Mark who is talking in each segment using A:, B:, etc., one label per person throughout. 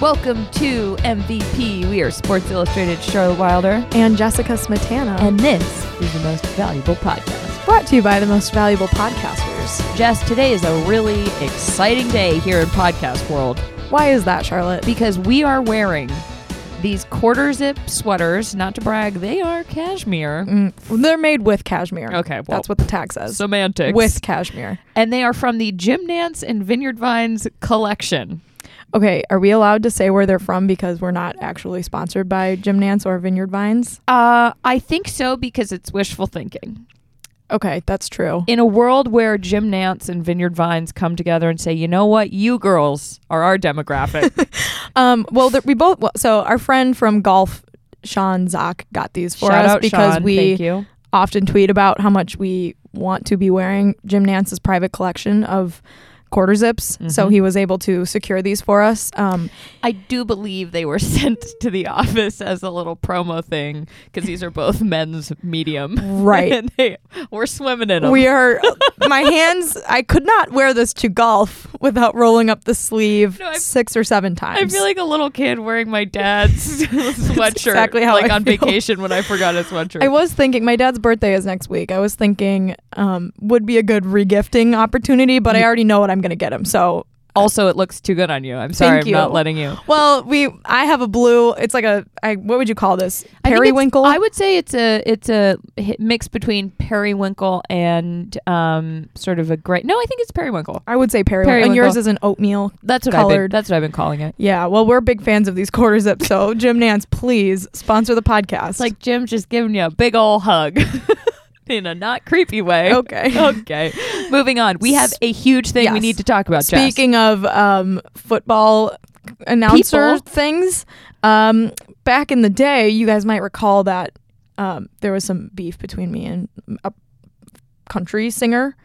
A: Welcome to MVP. We are Sports Illustrated Charlotte Wilder,
B: and Jessica Smetana.
A: and this is the most valuable podcast.
B: brought to you by the most valuable podcasters.
A: Jess, today is a really exciting day here in podcast world
B: Why is that, Charlotte?
A: because we are wearing these quarter zip sweaters. Not to brag, they are cashmere.
B: Mm, they're made with cashmere.
A: Okay, well,
B: That's what the tag says.
A: semantics.
B: with cashmere.
A: and they are from the Jim Nance and Vineyard Vines collection.
B: Okay, are we allowed to say where they're from because we're not actually sponsored by Jim Nance or Vineyard Vines?
A: Uh, I think so because it's wishful thinking.
B: Okay, that's true.
A: in a world where Jim Nance and Vineyard Vines come together and say, you know what, you girls are our demographic.
B: Um, well, th- we both. Well, so our friend from golf, Sean Zock, got these for
A: Shout
B: us
A: out
B: because
A: Sean,
B: we
A: thank you.
B: often tweet about how much we want to be wearing Jim Nance's private collection of quarter zips. So
A: Mhm.
B: he was able to secure these for us. Um,
A: I do believe they were sent to the office as a little promo thing because these are both men's medium.
B: right.
A: and they, we're swimming in them.
B: we are, my hands, I could not wear this to golf without rolling up the sleeve
A: No, I-
B: six or seven
A: I
B: times.
A: feel like a little kid wearing my dad's sweatshirt
B: exactly how
A: like
B: I
A: on
B: feel.
A: vacation when I forgot his sweatshirt.
B: I was thinking my dad's birthday is next week. I was thinking um, would be a good regifting opportunity, but I already know what I'm going to get him. So
A: also, it looks too good on you. I'm sorry,
B: Thank
A: I'm not
B: you.
A: letting you.
B: Well, we I have a blue. It's like a I, what would you call this?
A: I think it's-
B: Periwinkle.
A: I would say it's a it's a hi- mix between periwinkle and um sort of a gray. No, I think it's periwinkle.
B: I would say periwinkle.
A: Periwinkle.
B: And yours is an oatmeal.
A: That's what I've been,
B: Colored.
A: that's what I've been calling it.
B: Yeah. Well, we're big fans of these quarter zips. So Jim Nance, please sponsor the podcast.
A: It's like Jim's just giving you a big old hug in a not creepy way.
B: okay.
A: okay. Moving on. We have a huge thing we
B: Yes.
A: need to talk about. Jess.
B: Speaking of um, football announcer
A: People.
B: things, um, back in the day, you guys might recall that um, there was some beef between me and a country singer.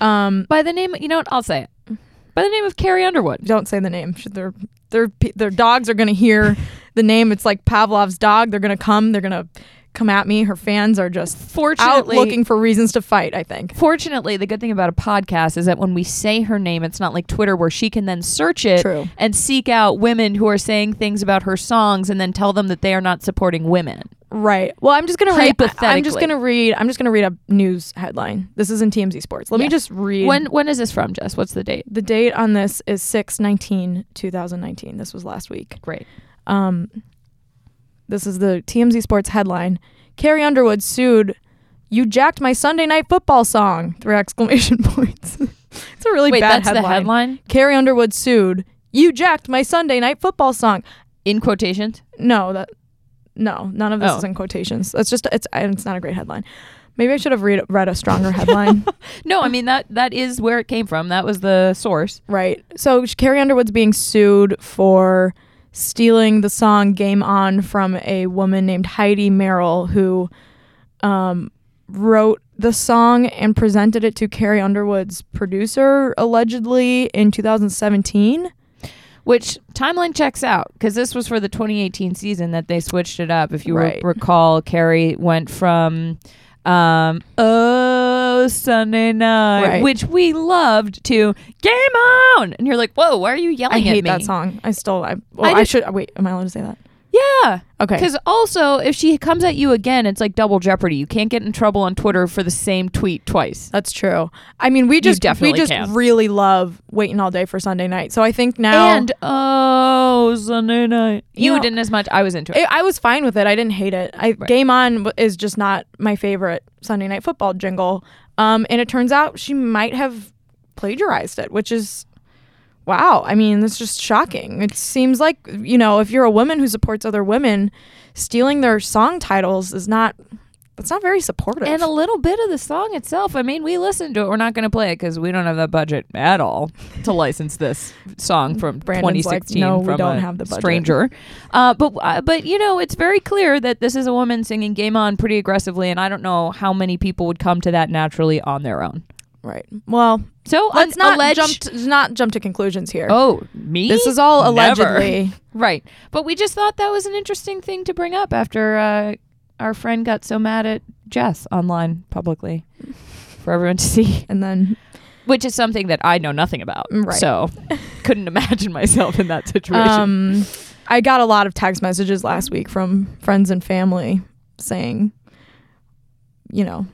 B: Um,
A: by the name, you know what? I'll say it. By the name of Carrie Underwood.
B: don't say the name. Should their their pe- their dogs are gonna hear the name. It's like Pavlov's dog. They're gonna come. They're gonna come at me. Her fans are just out
A: Fortunately,
B: looking for reasons to fight. I think.
A: fortunately, the good thing about a podcast is that when we say her name, it's not like Twitter where she can then search it
B: True.
A: and seek out women who are saying things about her songs and then tell them that they are not supporting women.
B: Right. Well, I'm just gonna read. I- I'm just
A: Hypothetically.
B: gonna read. I'm just gonna read a news headline. This is in TMZ Sports. Let me
A: Yes.
B: just read.
A: When when is this from, Jess? What's the date?
B: the date on this is 6 19 2019. This was last week.
A: Great.
B: Um, this is the TMZ Sports headline: Carrie Underwood sued. You jacked my Sunday night football song! Three exclamation points. it's a really
A: Wait,
B: bad
A: that's the headline
B: Carrie Underwood sued. You jacked my Sunday night football song.
A: in quotations.
B: No, that no, none of this
A: Oh.
B: is in quotations. It's just it's and it's not a great headline. Maybe I should have read read a stronger headline.
A: No, I mean that that is where it came from. That was the source.
B: Right. So Carrie Underwood's being sued for stealing the song "Game On" from a woman named Heidi Merrill, who um, wrote the song and presented it to Carrie Underwood's producer allegedly in 2017.
A: Which timeline checks out because this was for the 2018 season that they switched it up. If you re-
B: Right.
A: recall, Carrie went from um, "Oh Sunday Night,"
B: Right.
A: which we loved, to "Game On," and you're like, "Whoa, why are you yelling
B: I
A: at
B: hate
A: me?"
B: that song. I still. I, well,
A: I
B: I,
A: did-
B: should wait. Am I allowed to say that?
A: Yeah,
B: Okay.
A: Because also, if she comes at you again, it's like double jeopardy. You can't get in trouble on Twitter for the same tweet twice.
B: That's true. I mean, we just we
A: definitely
B: just
A: can.
B: really love waiting all day for Sunday night. So I think now
A: And oh, Sunday night. You,
B: You know-
A: didn't as much. I was into it.
B: I I was fine with it. I didn't hate it. I, Game On w- is just not my favorite Sunday Night Football jingle. Um, and it turns out she might have plagiarized it, which is wow. I mean, that's just shocking. It seems like you know, if you're a woman who supports other women, stealing their song titles is not. It's not very supportive.
A: And a little bit of the song itself. I mean, we listened to it. We're not going to play it because we don't have the budget at all to license this song from
B: Brandon's like,
A: 2016
B: "No, we
A: from
B: don't
A: a
B: have the budget."
A: stranger. Uh, but uh, but you know, it's very clear that this is a woman singing "Game On" pretty aggressively, and I don't know how many people would come to that naturally on their own.
B: right. Well,
A: So
B: let's
A: un-
B: not
A: alleged-
B: jump. To, let's not jump to conclusions here.
A: Oh, me?
B: this is all
A: Never.
B: allegedly.
A: Right. But we just thought that was an interesting thing to bring up after uh, our friend got so mad at Jess online publicly for everyone to see.
B: And then
A: which is something that I know nothing about.
B: Mm, Right.
A: So couldn't imagine myself in that situation.
B: Um, I got a lot of text messages last week from friends and family saying, you know,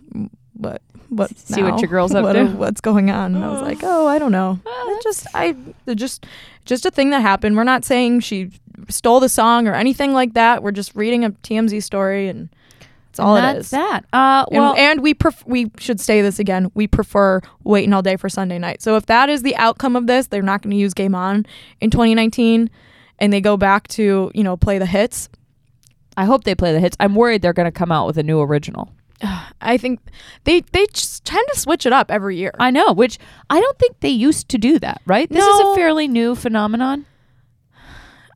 B: what what
A: See what
B: now?
A: your girl's up
B: What-
A: to?
B: what's going on? And I was like, oh, I don't know.
A: Well,
B: It just I it just just a thing that happened. We're not saying she stole the song or anything like that. We're just reading a TMZ story and that's all
A: that's
B: it is.
A: that. Uh,
B: And,
A: well,
B: and we pref- we should say this again. We prefer waiting all day for Sunday night. So if that is the outcome of this, they're not going to use Game On in 2019, and they go back to you know play the hits.
A: I hope they play the hits. I'm worried they're going to come out with a new original.
B: I think they they just tend to switch it up every year.
A: I know, which I don't think they used to do that, right? This is a
B: No.
A: fairly new phenomenon.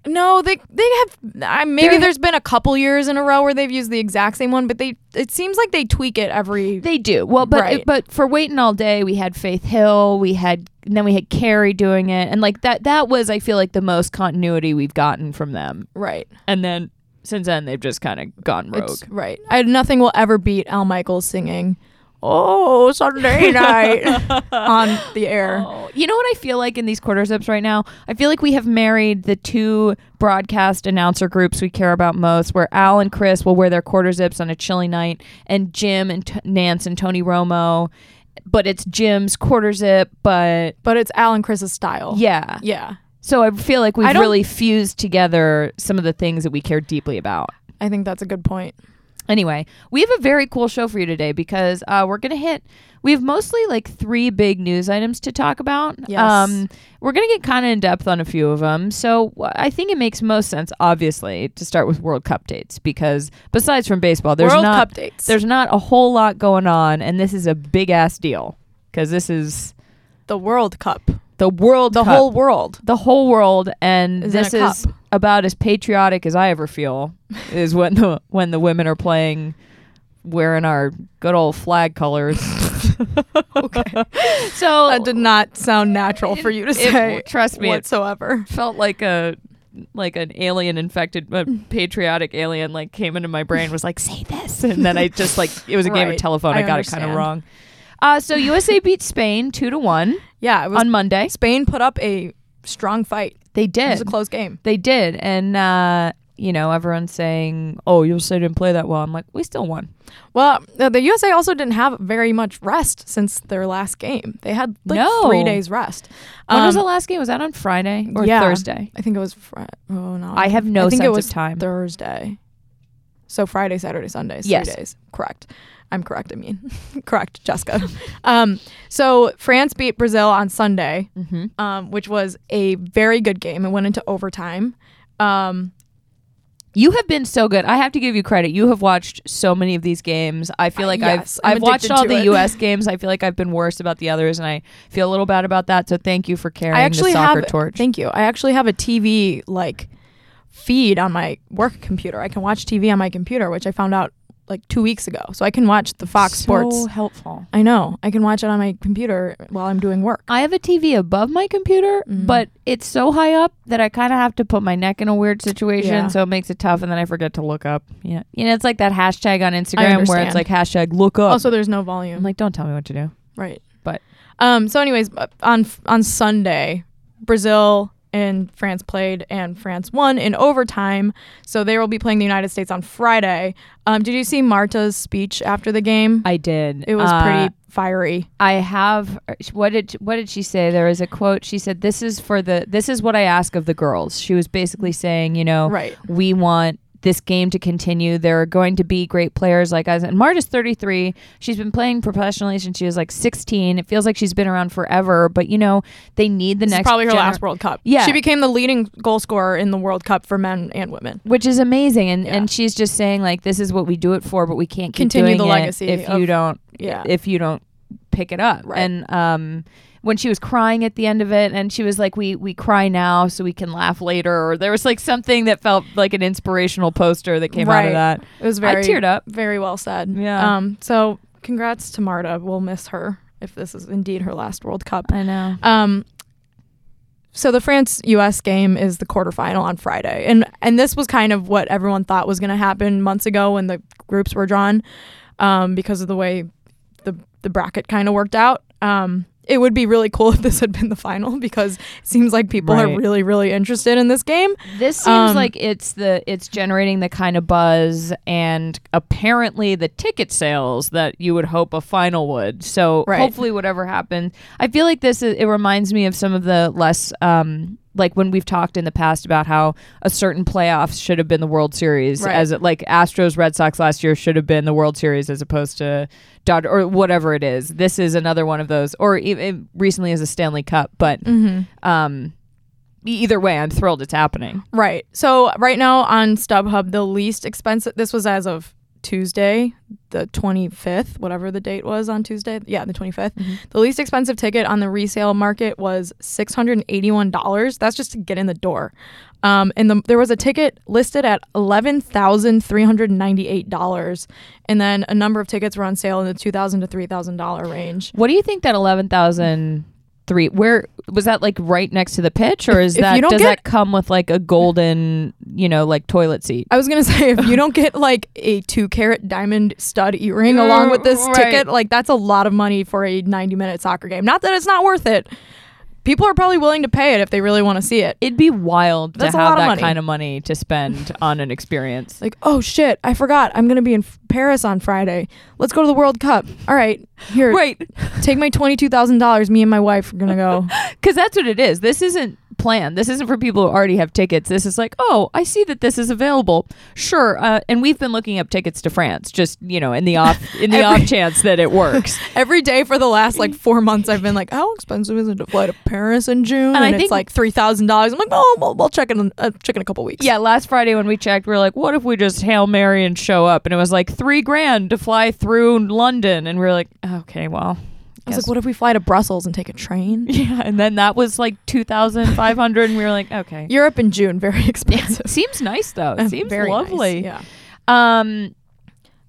B: No, they they have. I, maybe
A: They're-
B: there's been a couple years in a row where they've used the exact same one, but they it seems like they tweak it every.
A: They do. Well, but
B: Right.
A: but for waiting all day, we had Faith Hill, we had and then we had Carrie doing it, and like that that was I feel like the most continuity we've gotten from them.
B: right.
A: And then since then, they've just kind of gone rogue.
B: It's right. I, nothing will ever beat Al Michaels singing. Oh, Sunday night on the air.
A: Oh, you know what I feel like in these quarter zips right now? I feel like we have married the two broadcast announcer groups we care about most, where Al and Chris will wear their quarter zips on a chilly night, and Jim and T- Nance and Tony Romo, but it's Jim's quarter zip. But
B: But it's Al and Chris's style.
A: yeah,
B: Yeah.
A: so I feel like we've
B: I don't-
A: really fused together some of the things that we care deeply about.
B: I think that's a good point.
A: Anyway, we have a very cool show for you today because uh, we're going to hit. We have mostly like three big news items to talk about. Um,
B: Yes.
A: we're going to get kind of in depth on a few of them. So wh- I think it makes most sense, obviously, to start with World Cup dates because besides from baseball, there's
B: World
A: not
B: Cup dates.
A: there's not a whole lot going on, and this is a big ass deal because this is
B: the World Cup.
A: the world,
B: The
A: Cup-
B: whole world.
A: the whole world, and
B: Is in
A: this
B: a
A: is about as patriotic as I ever feel. Is when the when the women are playing, wearing our good old flag colors.
B: Okay.
A: So
B: that did not sound natural for you to
A: it-
B: say.
A: trust me, it
B: whatsoever.
A: felt like a like an alien infected, a patriotic alien like came into my brain was like say this, and then I just like it was a game of
B: Right.
A: telephone. I,
B: I
A: got it kind
B: understand.
A: of wrong. Uh, so USA beat Spain two to one
B: Yeah, it was.
A: on Monday.
B: Spain put up a strong fight.
A: They
B: It
A: did.
B: was a close game.
A: They did. And, uh, you know, everyone's saying, oh, USA didn't play that well. I'm like, we still won.
B: Well, uh, the USA also didn't have very much rest since their last game. They had like
A: No.
B: three days rest.
A: When was
B: Um,
A: the last game? Was that on Friday or
B: yeah.
A: Thursday?
B: I think it was. Fri- oh no,
A: I have no
B: I think
A: sense
B: it was
A: of time.
B: Thursday. So Friday, Saturday, Sunday, is
A: Yes.
B: three days. Correct. I'm correct. I mean, correct, Jessica. um, so France beat Brazil on Sunday,
A: mm-hmm.
B: um, which was a very good game. It went into overtime. Um,
A: You have been so good. I have to give you credit. You have watched so many of these games. I feel
B: Uh,
A: like
B: yes, I'm
A: I've I've watched
B: addicted
A: all
B: to
A: the
B: it.
A: U.S. games. I feel like I've been worse about the others, and I feel a little bad about that. So thank you for carrying
B: I actually
A: the soccer
B: have.
A: torch.
B: Thank you. I actually have a TV like feed on my work computer. I can watch TV on my computer, which I found out like two weeks ago. So I can watch the Fox
A: so
B: Sports.
A: helpful.
B: I know. I can watch it on my computer while I'm doing work.
A: I have a TV above my computer,
B: Mhm.
A: but it's so high up that I kind of have to put my neck in a weird situation,
B: Yeah.
A: so it makes it tough. And then I forget to look up. Yeah, you know, it's like that hashtag on Instagram where it's
B: understand.
A: like hashtag look up.
B: Also, there's no volume.
A: I'm like, don't tell me what to do.
B: Right.
A: But-
B: um so anyways, uh, on on Sunday, Brazil and France played and France won in overtime. So they will be playing the United States on Friday. Um did you see Marta's speech after the game?
A: I did.
B: It was
A: Uh,
B: pretty fiery.
A: I have. uh, What did what did she say? There is a quote. She said, "This is for the. This is what I ask of the girls." She was basically saying, you know,
B: Right.
A: we want this game to continue. There are going to be great players like us. And Marta's 33. She's been playing professionally since she was like 16. It feels like she's been around forever, but you know, they need the
B: This is
A: next
B: probably her
A: gener-
B: last World Cup.
A: Yeah.
B: She became the leading goal scorer in the World Cup for men and women.
A: which is amazing and,
B: Yeah.
A: and she's just saying like this is what we do it for but we can't keep
B: Continue
A: doing
B: the
A: it
B: legacy
A: if
B: of-
A: you don't
B: Yeah.
A: if you don't pick it up
B: Right.
A: and um when she was crying at the end of it and she was like we we cry now so we can laugh later or there was like something that felt like an inspirational poster that came out
B: Right.
A: of that
B: It was very
A: I teared up
B: very well said.
A: Yeah.
B: Um so congrats to Marta. We'll miss her if this is indeed her last World Cup.
A: I know
B: Um, so the France U.S. game is the quarterfinal on Friday, and and this was kind of what everyone thought was going to happen months ago when the groups were drawn, um, because of the way the the bracket kind of worked out. Um, it would be really cool if this had been the final because it seems like people
A: Right.
B: are really, really interested in this game.
A: This seems
B: Um,
A: like it's the it's generating the kind of buzz and apparently the ticket sales that you would hope a final would. So
B: Right.
A: hopefully whatever happens. I feel like this is, it reminds me of some of the less um like when we've talked in the past about how a certain playoffs should have been the World Series
B: Right.
A: as it, like Astros Red Sox last year should have been the World Series as opposed to Dodger or whatever it is. This is another one of those or even recently as a Stanley Cup, but
B: Mm-hmm.
A: um e- either way I'm thrilled it's happening.
B: Right. So right now on StubHub, the least expensive. This was as of Tuesday, the 25th, whatever the date was on Tuesday. Yeah, the 25th. The least expensive ticket on the resale market was $681. That's just to get in the door. Um, and the, there was a ticket listed at $11,398. And then a number of tickets were on sale in the $2,000 to $3,000 range.
A: What do you think that eleven thousand three? Where was that like right next to the pitch, or is
B: if
A: that
B: you don't
A: does that
B: get-
A: come with like a golden, you know, like toilet seat?
B: I was gonna say if you don't get like a two carat diamond stud earring along with this
A: Right.
B: ticket, like that's a lot of money for a ninety minute soccer game. Not that it's not worth it. People are probably willing to pay it if they really want to see it.
A: It'd be wild
B: That's
A: to
B: a
A: have
B: lot of
A: that
B: money.
A: kind of money to spend on an experience.
B: Like, oh shit, I forgot. I'm gonna be in F- Paris on Friday. Let's go to the World Cup. All right, here,
A: Right,
B: take my twenty two thousand dollars. Me and my wife are gonna go.
A: because that's what it is. This isn't planned. This isn't for people who already have tickets. This is like, oh, I see that this is available. Sure, uh, and we've been looking up tickets to France, just you know, in the off in the
B: Every-
A: off chance that it works.
B: Every day for the last like four months, I've been like, how expensive is it to fly to Paris in June? And,
A: I
B: it's
A: think-
B: like three thousand dollars. I'm like, oh, we'll, we'll check in, uh, check in a couple weeks.
A: Yeah, last Friday when we checked, we were like, what if we just Hail Mary and show up? And it was like three grand to fly through London. And we were like, okay, well.
B: I was
A: guess-
B: like, what if we fly to Brussels and take a train?
A: Yeah. And then that was like 2,500. and we were like, okay.
B: Europe in June, very expensive.
A: Seems nice though. It seems
B: Uh, Very nice,
A: lovely.
B: Yeah.
A: Um.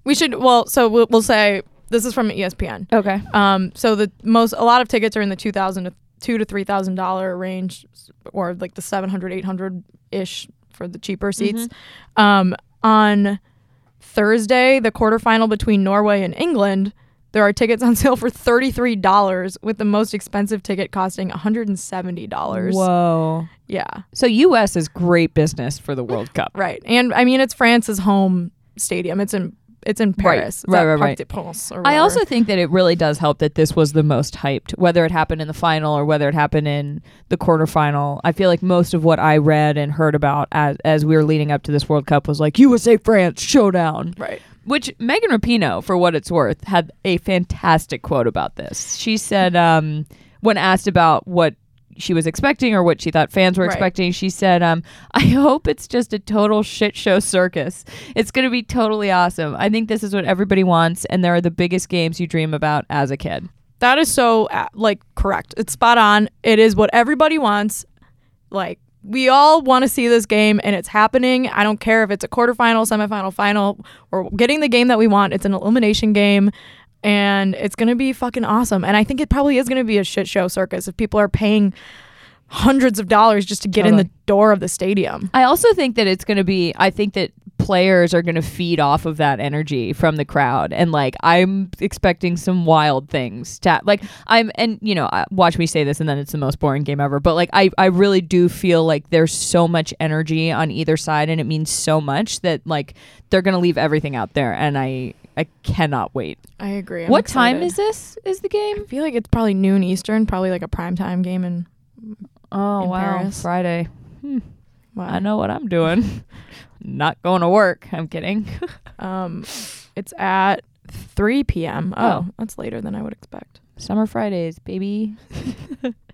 B: We should, well, so we'll, we'll say this is from E ESPN.
A: Okay.
B: Um, so the most, a lot of tickets are in the 2000 to two to three thousand dollar range, or like the 700, 800 ish for the cheaper seats. Um, on Thursday, the quarterfinal between Norway and England, there are tickets on sale for thirty three dollars, with the most expensive ticket costing one hundred and seventy dollars.
A: Whoa.
B: Yeah.
A: So U.S. is great business for the World Cup.
B: Right. And I mean it's France's home stadium. It's in it's in
A: Right.
B: Paris. It's
A: Right,
B: at
A: right,
B: Parc
A: right.
B: des Princes or
A: I
B: whatever.
A: also think that it really does help that this was the most hyped, whether it happened in the final or whether it happened in the quarterfinal. I feel like most of what I read and heard about as, as we were leading up to this World Cup was like USA France showdown,
B: Right.
A: which Megan Rapinoe, for what it's worth, had a fantastic quote about this. She said, um, when asked about what she was expecting or what she thought fans were
B: Right.
A: expecting, she said, um, I hope it's just a total shit show circus. It's going to be totally awesome. I think this is what everybody wants, and there are the biggest games you dream about as a kid.
B: That is so uh, like correct. It's spot on. It is what everybody wants. Like we all want to see this game and it's happening. I don't care if it's a quarterfinal, semifinal, final. We're getting the game that we want. It's an elimination game and it's going to be fucking awesome. And I think it probably is going to be a shit show circus if people are paying hundreds of dollars just to get in
A: Totally.
B: the door of the stadium.
A: I also think that it's going to be. I think that players are going to feed off of that energy from the crowd, and like I'm expecting some wild things. To, like I'm, and you know, I- watch me say this, and then it's the most boring game ever. But like I, I really do feel like there's so much energy on either side, and it means so much that like they're going to leave everything out there, and I, I cannot wait.
B: I agree.
A: what time is this? Is the game?
B: I feel like it's probably noon Eastern, probably like a primetime game. And
A: Oh
B: In
A: wow,
B: Paris.
A: Friday.
B: wow.
A: Hmm. I know what I'm doing. Not going to work. I'm kidding.
B: Um, it's at 3 p.m. Oh,
A: Oh.
B: that's later than I would expect.
A: Summer Fridays, baby.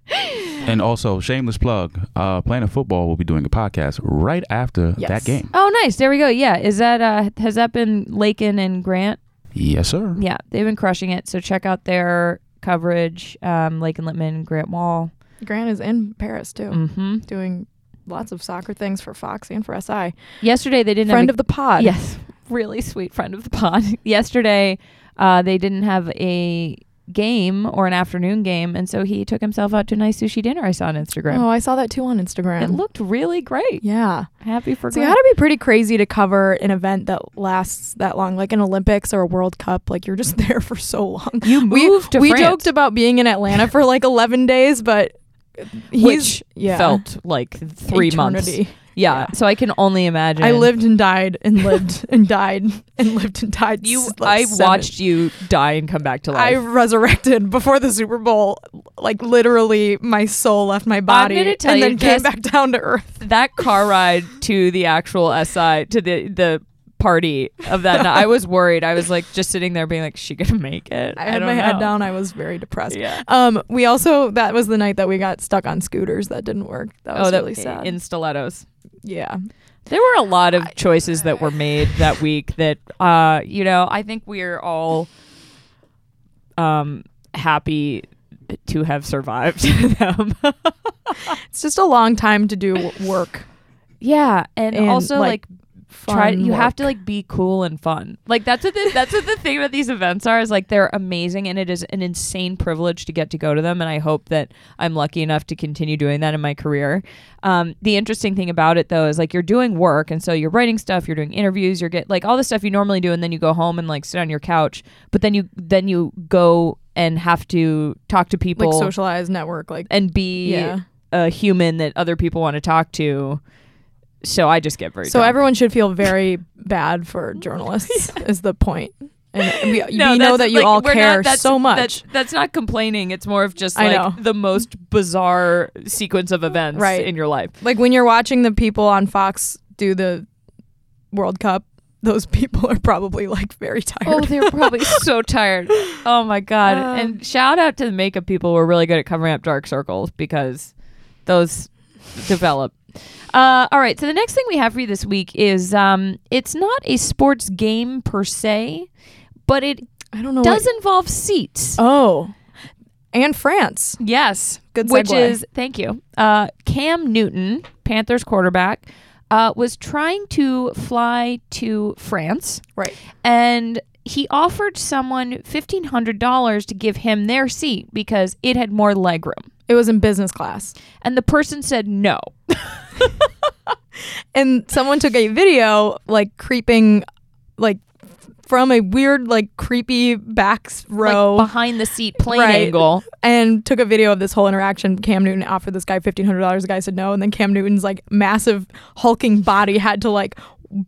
C: And also, shameless plug: uh, Planet Football will be doing a podcast right after
B: Yes.
C: that game.
A: Oh, nice. There we go. Yeah. Is that, uh, has that been Lakin and Grant?
C: Yes, sir.
A: Yeah. They've been crushing it. So check out their coverage. Um, Lakin Littman, Grant Wall.
B: Grant is in Paris too,
A: Mm-hmm.
B: doing lots of soccer things for Fox and for SI.
A: Yesterday, they didn't
B: Friend
A: have
B: of the pod.
A: Yes. Really sweet friend of the pod. Yesterday, uh, they didn't have a game or an afternoon game, and so he took himself out to a nice sushi dinner. I saw on Instagram.
B: Oh, I saw that too on Instagram.
A: it looked really great.
B: yeah.
A: Happy for
B: So you
A: Greg.
B: gotta be pretty crazy to cover an event that lasts that long, like an Olympics or a World Cup. Like you're just there for so long.
A: You moved
B: we,
A: to
B: we
A: France.
B: joked about being in Atlanta for like 11 days, but he's
A: Which
B: yeah,
A: felt like three months.
B: eternity.
A: Yeah,
B: Yeah.
A: so I can only imagine.
B: I lived and died and lived and died and lived and died.
A: You,
B: s- like
A: I
B: seven-
A: watched you die and come back to
B: I
A: life.
B: resurrected before the Super Bowl. Like literally, my soul left my body
A: gonna tell
B: and
A: you
B: then came
A: just-
B: back down to earth.
A: that car ride to the actual SI to the the party of that night, I was worried. I was like just sitting there being like, "Is she gonna make it?
B: I had
A: don't
B: my head
A: know.
B: down. I was very depressed.
A: Yeah.
B: Um, we also that was the night that we got stuck on scooters that didn't work. That was
A: oh, that
B: really sad.
A: in stilettos.
B: yeah,
A: There were a lot of choices that were made that week that uh, you know, I think we're all um happy to have survived them.
B: it's just a long time to do w- work.
A: yeah, and,
B: And,
A: also like
B: like,
A: try
B: Fun
A: you have to
B: work.
A: like be cool and fun like that's what the, that's what the thing about these events are is like they're amazing and it is an insane privilege to get to go to them and i hope that i'm lucky enough to continue doing that in my career um, the interesting thing about it though is like you're doing work and so you're writing stuff you're doing interviews you're get like all the stuff you normally do and then you go home and like sit on your couch but then you then you go and have to talk to people
B: like socialize, network, like
A: and be
B: Yeah.
A: a human that other people want to talk to so i just get very
B: So
A: drunk.
B: everyone should feel very bad for journalists is the point. And we, we
A: that's-
B: know that you
A: like,
B: all
A: we're not-
B: care
A: that's-
B: so much.
A: That's, that's not complaining. It's more of just
B: I
A: like
B: know.
A: the most bizarre sequence of events
B: Right.
A: in your life.
B: like when you're watching the people on Fox do the World Cup, those people are probably like very tired.
A: Oh, they're probably so tired. Oh my god!
B: Um,
A: and shout out to the makeup people who are really good at covering up dark circles because those develop. Uh, all right. So the next thing we have for you this week is um, it's not a sports game per se, but it
B: I don't know. what-
A: does involve seats.
B: oh, and France.
A: Yes.
B: Good
A: Which
B: segue.
A: is, thank you. Uh, Cam Newton, Panthers quarterback, uh, was trying to fly to France
B: Right.
A: and he offered someone $1,500 to give him their seat because it had more legroom.
B: It was in business class.
A: And the person said no.
B: And someone took a video like creeping like from a weird like creepy back s- row
A: Like behind the seat plane
B: Right.
A: angle.
B: and took a video of this whole interaction. Cam Newton offered this guy fifteen hundred dollars. The guy said no, and then Cam Newton's like massive hulking body had to like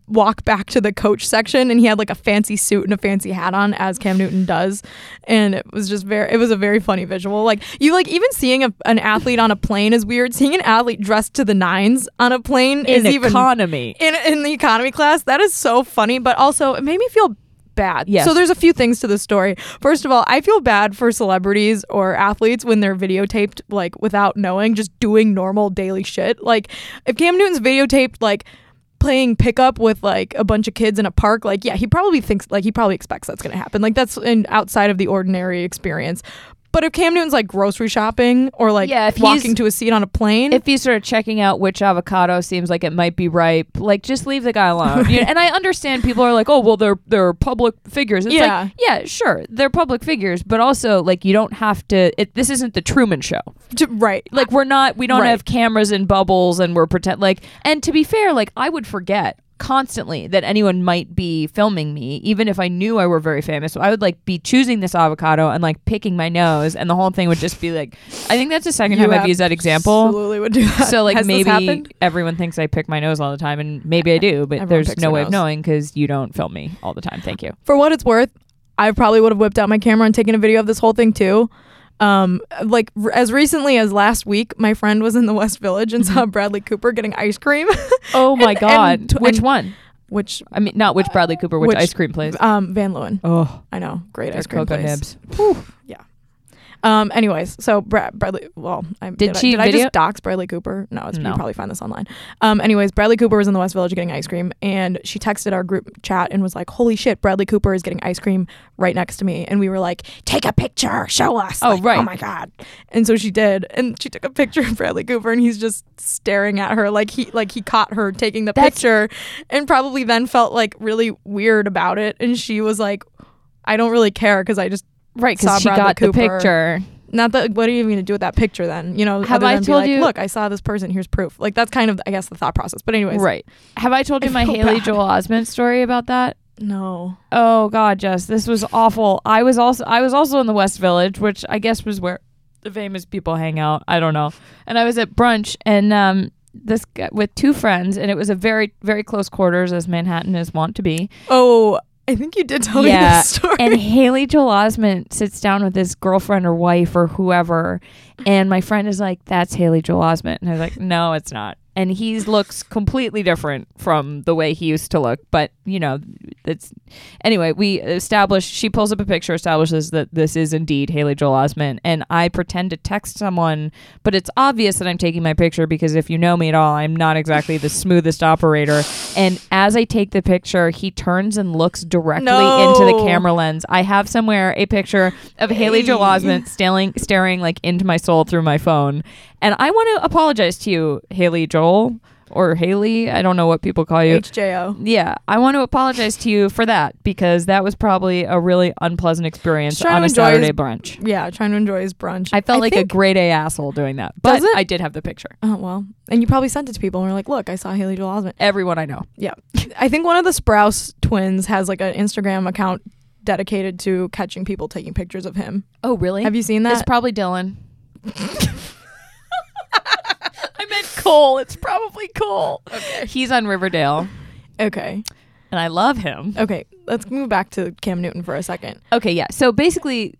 B: walk back to the coach section, and he had like a fancy suit and a fancy hat on, as Cam Newton does, and it was just very. It was a very funny visual. Like you like even seeing a, an athlete on a plane is weird. Seeing an athlete dressed to the nines on a plane
A: In
B: is even
A: economy.
B: in, in the economy class. That is so funny, but also it made me feel bad.
A: Yes.
B: So there's a few things to this story. First of all, I feel bad for celebrities or athletes when they're videotaped like without knowing, just doing normal daily shit. Like if Cam Newton's videotaped like playing pickup with like a bunch of kids in a park like yeah he probably thinks like he probably expects that's going to happen like that's an outside of the ordinary experience but if cam newton's like grocery shopping or like
A: Yeah, if he's-
B: walking to a seat on a plane
A: if he's sort of checking out which avocado seems like it might be ripe, like just leave the guy alone. You know, and I understand people are like, oh well, they're they're public figures. It's
B: Yeah.
A: like, yeah, sure, they're public figures, but also like you don't have to. It, this isn't the Truman Show.
B: to, right
A: Like we're not, we don't
B: Right.
A: have cameras and bubbles, and we're pretend like. And to be fair, like I would forget constantly that anyone might be filming me even if I knew I were very famous. So I would like be choosing this avocado and like picking my nose and the whole thing would just be like I think that's the second time I've used that example
B: Absolutely would do that.
A: so like
B: Has this
A: maybe
B: happened?
A: everyone thinks I pick my nose all the time, and maybe I do, but
B: Everyone
A: there's
B: picks
A: no
B: their
A: way of
B: nose.
A: knowing because you don't film me all the time. Thank you.
B: for what it's worth, I probably would have whipped out my camera and taken a video of this whole thing too. Um, like r- as recently as last week, my friend was in the West Village
A: Mm-hmm.
B: and saw Bradley Cooper getting ice cream,
A: Oh my
B: And-
A: god,
B: and tw-
A: which
B: and-
A: one?
B: which
A: I mean, not which Bradley Cooper, which,
B: Which-
A: ice cream place?
B: um Van Leeuwen.
A: Oh,
B: I know, great
A: there's
B: ice cream
A: cocoa
B: place.
A: nibs.
B: Um, anyways, so Brad, Bradley, well, I,
A: Did
B: did,
A: she
B: I, did I
A: video-
B: just dox Bradley Cooper? No, it's,
A: No.
B: you probably find this online. Um, anyways, Bradley Cooper was in the West Village getting ice cream, and she texted our group chat and was like, "Holy shit, Bradley Cooper is getting ice cream right next to me," and we were like, "Take a picture, show us."
A: Oh,
B: Like,
A: right.
B: Oh my god. And so she did, and she took a picture of Bradley Cooper, and he's just staring at her like he like he caught her taking the
A: That's-
B: picture, and probably then felt like really weird about it, and she was like, "I don't really care because I just."
A: right
B: saw
A: because she
B: Bradley
A: got the
B: Cooper.
A: picture.
B: Not that. What are you even going to do with that picture then? You know,
A: Have
B: other
A: I
B: than be
A: told
B: like,
A: you-
B: Look, I saw this person. Here's proof. Like that's kind of, I guess, the thought process. But anyways,
A: Right. Have I told
B: I
A: you my
B: feel
A: Haley
B: bad.
A: Joel Osment story about that?
B: No.
A: Oh God, Jess, this was awful. I was also I was also in the West Village, which I guess was where the famous people hang out. I don't know. And I was at brunch and um this guy, with two friends, and it was a very very close quarters as Manhattan is wont to be.
B: Oh, I think you did tell me
A: Yeah,
B: this story.
A: And Haley Joel Osment sits down with his girlfriend or wife or whoever, and my friend is like, "That's Haley Joel Osment," and I was like, "No, it's not." And he looks completely different from the way he used to look, but you know, that's anyway. We establish. She pulls up a picture, establishes that this is indeed Haley Joel Osment, and I pretend to text someone, but it's obvious that I'm taking my picture because if you know me at all, I'm not exactly the smoothest operator. And as I take the picture, he turns and looks directly into the
B: No.
A: camera camera lens. I have somewhere a picture of Haley Joel Osment staring, staring like into my soul through my phone. And I want to apologize to you, Haley Joel or Haley. I don't know what people call you.
B: HJO.
A: yeah, I want to apologize to you for that because that was probably a really unpleasant experience
B: Just trying
A: on
B: to
A: a
B: enjoy
A: Saturday
B: his-
A: brunch.
B: Yeah, trying to enjoy his brunch.
A: I felt like
B: think-
A: a grade A asshole doing that, but
B: Does it?
A: I did have the picture.
B: Oh well, and you probably sent it to people and were like, "Look, I saw Haley Joel Osment."
A: Everyone I know.
B: Yeah, I think one of the Sprouse twins has like an Instagram account dedicated to catching people taking pictures of him.
A: Oh, really?
B: Have you seen
A: It's
B: that?
A: probably Dylan. I meant Cole. It's probably Cole.
B: Okay.
A: He's on Riverdale,
B: okay,
A: and I love him.
B: okay. Let's move back to Cam Newton for a second.
A: Okay, yeah. So basically,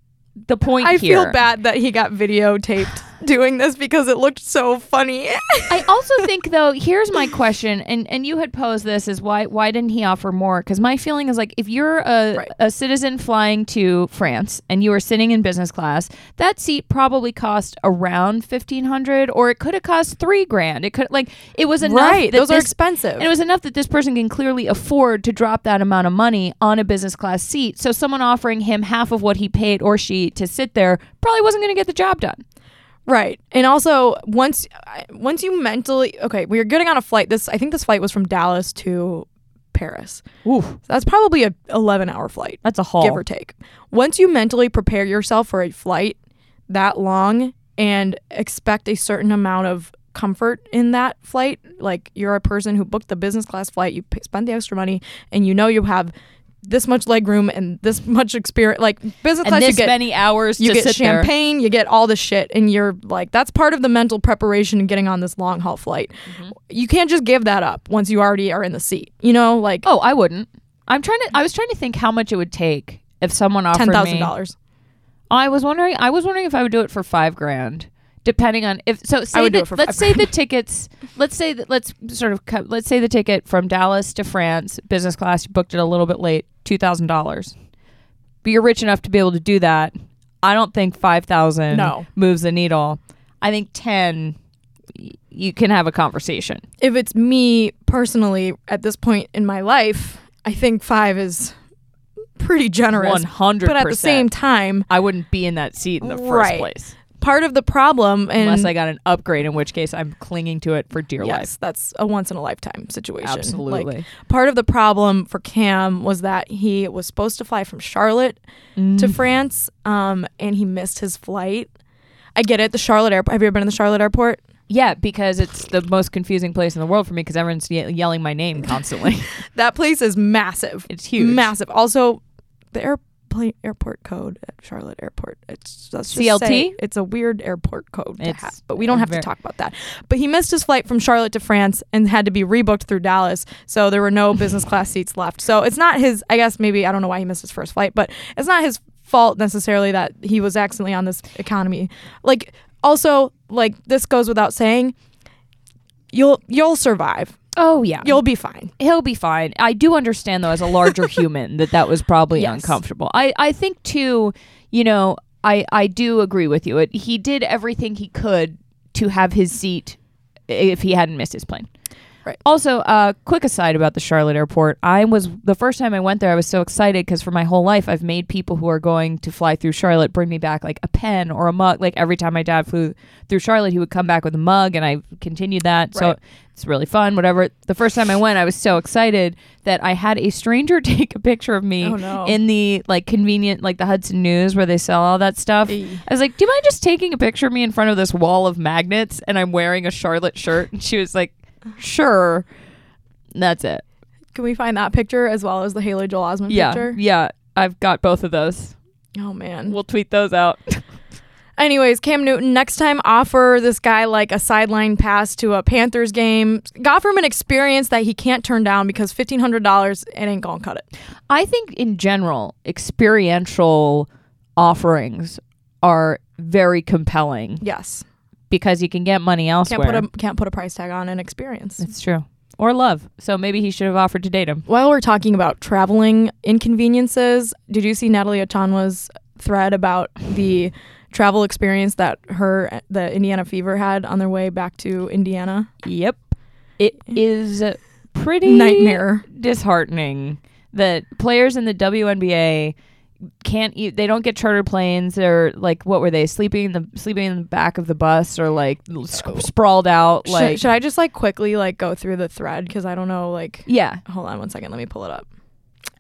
A: the point
B: I
A: here.
B: feel bad that he got videotaped doing this because it looked so funny.
A: I also think though, here's my question, and and you had posed this is why why didn't he offer more? Because my feeling is like if you're a
B: Right.
A: a citizen flying to France and you are sitting in business class, that seat probably cost around fifteen hundred, or it could have cost three grand. It could like it was enough.
B: right,
A: that
B: those are
A: this-
B: expensive.
A: And it was enough that this person can clearly afford to drop that amount of money on a business class seat. So someone offering him half of what he paid or she to sit there probably wasn't going to get the job done.
B: Right. And also once I- once you mentally okay, we were getting on a flight. This I think this flight was from Dallas to Paris.
A: Ooh,
B: That's probably a 11 hour flight,
A: that's a haul.
B: give or take. Once you mentally prepare yourself for a flight that long and expect a certain amount of comfort in that flight, like you're a person who booked the business class flight, you p- spent the extra money and you know you have this much leg room and this much experience like business
A: and
B: class you
A: this
B: get
A: many hours
B: you
A: to
B: get
A: sit there.
B: champagne, you get all the shit, and you're like, that's part of the mental preparation and getting on this long haul flight.
A: Mm-hmm.
B: You can't just give that up once you already are in the seat. You know, like
A: Oh, I wouldn't. I'm trying to. I was trying to think how much it would take if someone offered
B: ten thousand
A: me.
B: dollars.
A: I was wondering. I was wondering if I would do it for five grand, depending on if. So say
B: would do
A: that-
B: it for
A: let's
B: five
A: say the tickets. Let's say that let's sort of cut, let's say the ticket from Dallas to France, business class. You booked it a little bit late, two thousand dollars. But you're rich enough to be able to do that. I don't think five thousand
B: No.
A: moves the needle. I think ten. y- You can have a conversation.
B: If it's me personally at this point in my life, I think five is pretty generous.
A: One hundred.
B: But at the same time,
A: I wouldn't be in that seat in the first
B: Right.
A: place
B: part of the problem and
A: unless I got an upgrade, in which case I'm clinging to it for dear life.
B: yes, that's a once in a lifetime situation. Like,
A: Absolutely.
B: part of the problem for Cam was that he was supposed to fly from Charlotte
A: Mm.
B: to France, um, and he missed his flight. I get it. The Charlotte airport. Have you ever been in the Charlotte airport?
A: Yeah, because it's the most confusing place in the world for me because everyone's ye- yelling my name constantly.
B: That place is massive.
A: it's huge.
B: Massive. Also, the airplane airport code at Charlotte Airport. It's that's just
A: CLT?
B: say it's a weird airport code to
A: It's
B: have, but we don't have
A: very-
B: to talk about that. But he missed his flight from Charlotte to France and had to be rebooked through Dallas, so there were no business class seats left. So it's not his. I guess maybe I don't know why he missed his first flight, but it's not his fault necessarily that he was accidentally on this economy. Like also, like this goes without saying. You'll you'll survive.
A: Oh yeah,
B: You'll be fine.
A: he'll be fine. I do understand though, as a larger human, that that was probably
B: Yes.
A: uncomfortable. I I think too, you know, I I do agree with you. It, he did everything he could to have his seat if he hadn't missed his plane.
B: Right.
A: Also, uh, quick aside about the Charlotte airport. I was the first time I went there. I was so excited because for my whole life, I've made people who are going to fly through Charlotte bring me back like a pen or a mug. Like every time my dad flew through Charlotte, he would come back with a mug, and I continued that. So
B: Right.
A: it's really fun. Whatever. The first time I went, I was so excited that I had a stranger take a picture of me
B: Oh, no.
A: in the like convenient like the Hudson News where they sell all that stuff.
B: Eey.
A: I was like, "Do you mind just taking a picture of me in front of this wall of magnets?" And I'm wearing a Charlotte shirt, and she was like, "Sure." And that's it.
B: Can we find that picture as well as the Haley Joel Osment
A: yeah,
B: picture?
A: yeah. I've got both of those.
B: Oh man.
A: We'll tweet those out.
B: Anyways, Cam Newton, next time offer this guy like a sideline pass to a Panthers game. Offer him an experience that he can't turn down because fifteen hundred dollars it ain't gonna cut it.
A: I think in general, experiential offerings are very compelling
B: Yes.
A: because you can get money
B: Can't
A: elsewhere.
B: put a can't put a price tag on an experience.
A: it's true. Or love. So maybe he should have offered to date him.
B: While we're talking about traveling inconveniences, did you see Natalie Otanwa's thread about the travel experience that her the Indiana Fever had on their way back to Indiana?
A: Yep. It is pretty
B: Nightmare.
A: disheartening that players in the WNBA can't e- they don't get charter planes or like what were they sleeping in the sleeping in the back of the bus or like
B: Oh.
A: sc- sprawled out
B: Should-
A: like
B: should, I just like quickly like go through the thread because I don't know like
A: yeah
B: hold on one second let me pull it up.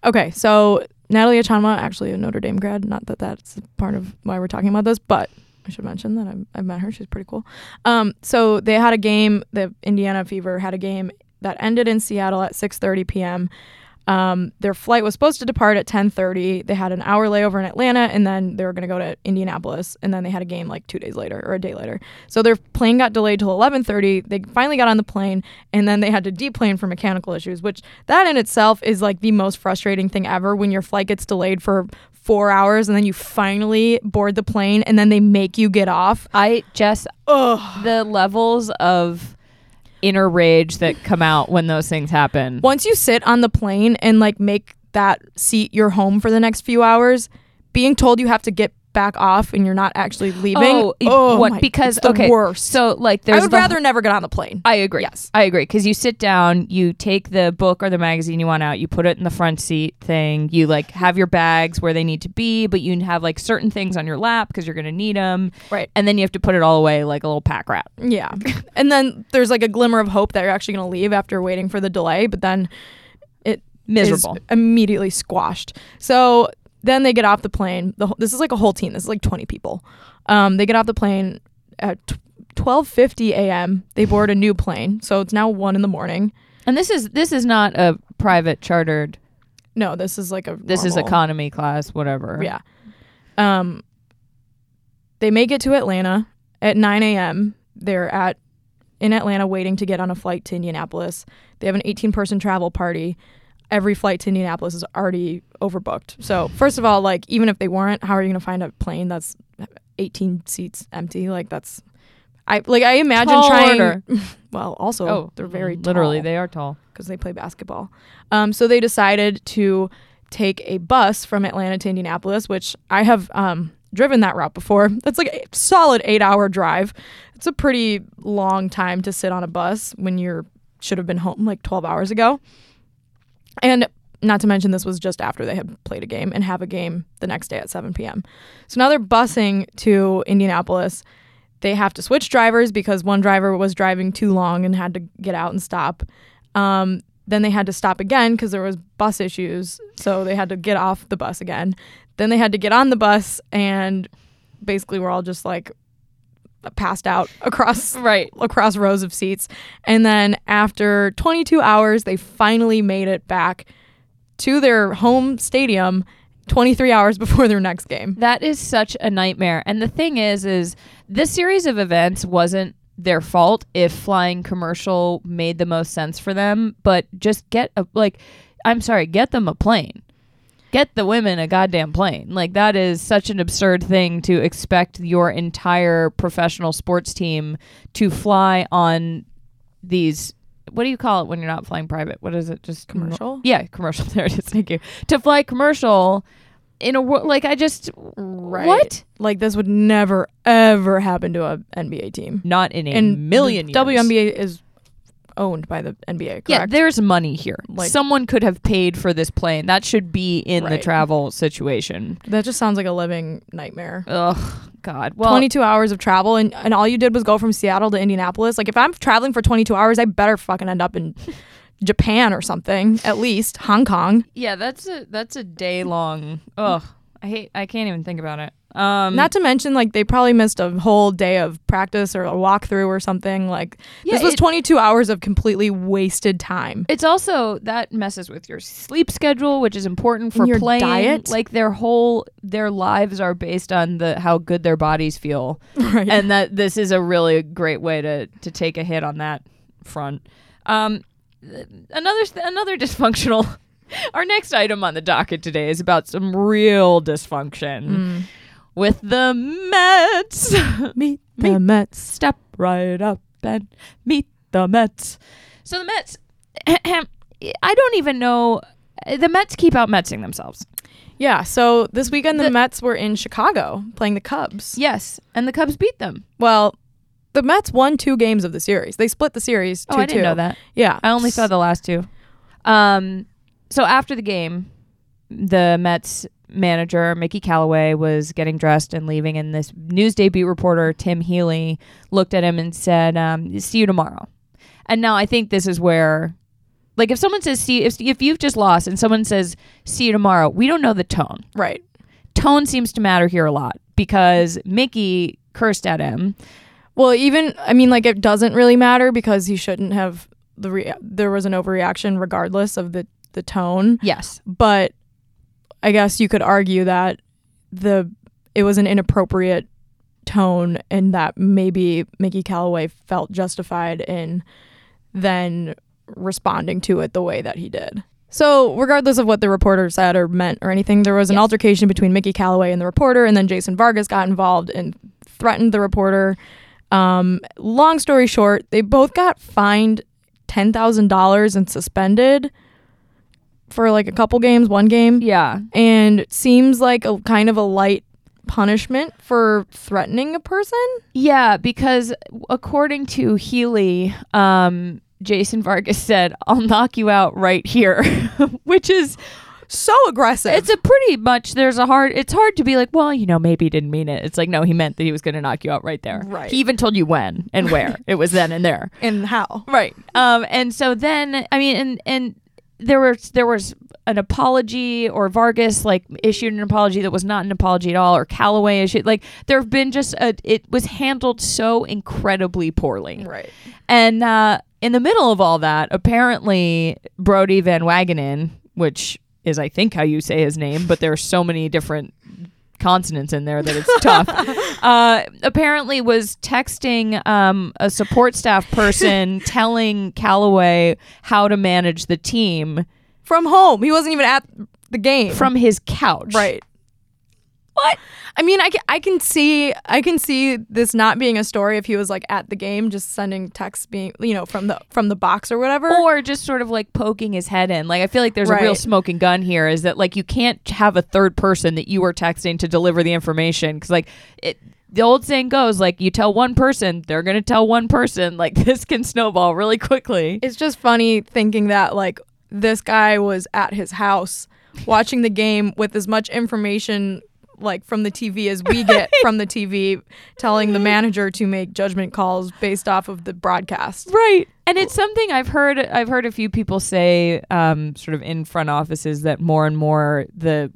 B: Okay, so Natalie Otanwa actually a Notre Dame grad. Not that that's part of why we're talking about this, but I should mention that I've, I've met her. She's pretty cool. Um, so they had a game. The Indiana Fever had a game that ended in Seattle at 6:30 p.m. Um, their flight was supposed to depart at 10:30. They had an hour layover in Atlanta, and then they were going to go to Indianapolis, and then they had a game like two days later or a day later. So their plane got delayed till 11:30. They finally got on the plane, and then they had to deplane for mechanical issues, which that in itself is like the most frustrating thing ever. When your flight gets delayed for four hours, and then you finally board the plane, and then they make you get off.
A: I just the levels of inner rage that come out when those things happen
B: once you sit on the plane and like make that seat your home for the next few hours, being told you have to get back off and you're not actually leaving.
A: oh, it- what
B: my-
A: because
B: it's the
A: okay
B: worst.
A: so like there's
B: I would
A: the
B: rather never get on the plane.
A: I agree.
B: Yes.
A: I agree. Because you sit down, you take the book or the magazine you want out, you put it in the front seat thing, you like have your bags where they need to be, but you have like certain things on your lap because you're going to need them.
B: Right.
A: And then you have to put it all away like a little pack rat.
B: Yeah. and then there's like a glimmer of hope that you're actually going to leave after waiting for the delay, but then it
A: Miserable.
B: is immediately squashed. So then they get off the plane. The whole, this is like a whole team. This is like 20 people. Um, they get off the plane at t- 12:50 a.m. They board a new plane. So it's now 1 in the morning.
A: And this is this is not a private chartered.
B: No, this is like a
A: This is
B: normal-
A: economy class, whatever.
B: Yeah. Um, they make it to Atlanta at 9 a.m. They're at in Atlanta waiting to get on a flight to Indianapolis. They have an 18 person travel party. Every flight to Indianapolis is already overbooked. So first of all, like even if they weren't, how are you going to find a plane that's 18 seats empty? Like that's I like I imagine
A: Tall
B: trying.
A: order.
B: Well, also
A: Oh,
B: they're very
A: literally
B: tall
A: they are tall.
B: because they play basketball. Um, so they decided to take a bus from Atlanta to Indianapolis, which I have um, driven that route before. That's like a solid eight hour drive. It's a pretty long time to sit on a bus when you're should have been home like 12 hours ago. And not to mention, this was just after they had played a game and have a game the next day at 7 p.m. So now they're busing to Indianapolis. They have to switch drivers because one driver was driving too long and had to get out and stop. Um, then they had to stop again because there was bus issues, so they had to get off the bus again. Then they had to get on the bus, and basically we're all just like passed out across
A: Right.
B: across rows of seats. And then after 22 hours, they finally made it back to their home stadium 23 hours before their next game.
A: That is such a nightmare. And the thing is, is this series of events wasn't their fault if flying commercial made the most sense for them, but just get a like I'm sorry, get them a plane. Get the women a goddamn plane. Like that is such an absurd thing to expect your entire professional sports team to fly on these what do you call it when you're not flying private? What is it? Just
B: Commercial?
A: yeah, commercial. There it is. Thank you. To fly commercial in a world like I just
B: Right.
A: what?
B: Like this would never ever happen to a NBA team.
A: Not in a
B: And
A: million years.
B: WNBA is owned by the NBA. Correct?
A: Yeah, there's money here.
B: Like-
A: Someone could have paid for this plane. That should be in the
B: Right.
A: travel situation.
B: that just sounds like a living nightmare.
A: Ugh, God. Well,
B: 22 hours of travel and, and all you did was go from Seattle to Indianapolis. Like if I'm traveling for 22 hours, I better fucking end up in Japan or something, at least Hong Kong.
A: yeah, that's a that's a day long. Ugh, I hate. I can't even think about it. Um,
B: Not to mention like they probably missed a whole day of practice or a walkthrough or something. Like
A: Yeah,
B: this was
A: it-
B: 22 hours of completely wasted time.
A: It's also that messes with your sleep schedule, which is important for
B: And your
A: playing.
B: diet.
A: Like their whole their lives are based on the how good their bodies feel,
B: Right.
A: and that this is a really great way to to take a hit on that front. Um, th- another th- another dysfunctional. Our next item on the docket today is about some real
B: Mm.
A: dysfunction with the Mets. meet
B: the Mets.
A: step right up and meet the Mets. So the Mets, I don't even know. The Mets keep out Metsing themselves.
B: Yeah. So this weekend the,
A: The-
B: Mets were in Chicago playing the Cubs.
A: Yes, and the Cubs beat them.
B: Well, the Mets won two games of the series. They split the series. 2
A: Oh, I didn't know that.
B: Yeah.
A: I only saw the last two. Um, so after the game, the Mets manager Mickey Callaway was getting dressed and leaving, and this Newsday beat reporter Tim Healy looked at him and said, um, "See you tomorrow." And now I think this is where, like, if someone says "see," if if you've just lost and someone says "see you tomorrow," we don't know the tone.
B: Right.
A: Tone seems to matter here a lot because Mickey cursed at him.
B: Well, even I mean, like it doesn't really matter because he shouldn't have the rea- there was an overreaction regardless of the the tone.
A: Yes,
B: But I guess you could argue that the it was an inappropriate tone and that maybe Mickey Callaway felt justified in then responding to it the way that he did. So, regardless of what the reporter said or meant or anything, there was an
A: Yes.
B: altercation between Mickey Callaway and the reporter, and then Jason Vargas got involved and threatened the reporter. Um, long story short, they both got fined ten thousand dollars and suspended for like a couple games, one game,
A: yeah,
B: and it seems like a kind of a light punishment for threatening a person.
A: Yeah, because according to Healy, um, Jason Vargas said, "I'll knock you out right here," which is
B: So aggressive.
A: it's a pretty much there's a hard it's hard to be like, well, you know, maybe he didn't mean it. It's like no, he meant that he was going to knock you out right there.
B: Right.
A: He even told you when and where. it was then and there.
B: and how?
A: Right. Um, and so then, I mean, and and there was there was an apology, or Vargas like issued an apology that was not an apology at all, or Callaway issued like there have been just a it was handled so incredibly poorly.
B: Right.
A: And uh, in the middle of all that, apparently Brody Van Wagenen, which is I think how you say his name, but there are so many different consonants in there that it's tough. uh, apparently, was texting um, a support staff person telling Callaway how to manage the team
B: From home. He wasn't even at the game.
A: from his couch.
B: Right. What? I mean, I can, I can see I can see this not being a story if he was like at the game, just sending texts, being you know from the from the box or whatever.
A: Or just sort of like poking his head in. Like I feel like there's a real
B: Right.
A: smoking gun here. Is that like you can't have a third person that you are texting to deliver the information because like it, the old saying goes like you tell one person they're gonna tell one person like this can snowball really quickly.
B: It's just funny thinking that like this guy was at his house watching the game with as much information like from the TV as we get from the TV telling the manager to make judgment calls based off of the broadcast.
A: Right. And it's something I've heard I've heard a few people say um, sort of in front offices that more and more the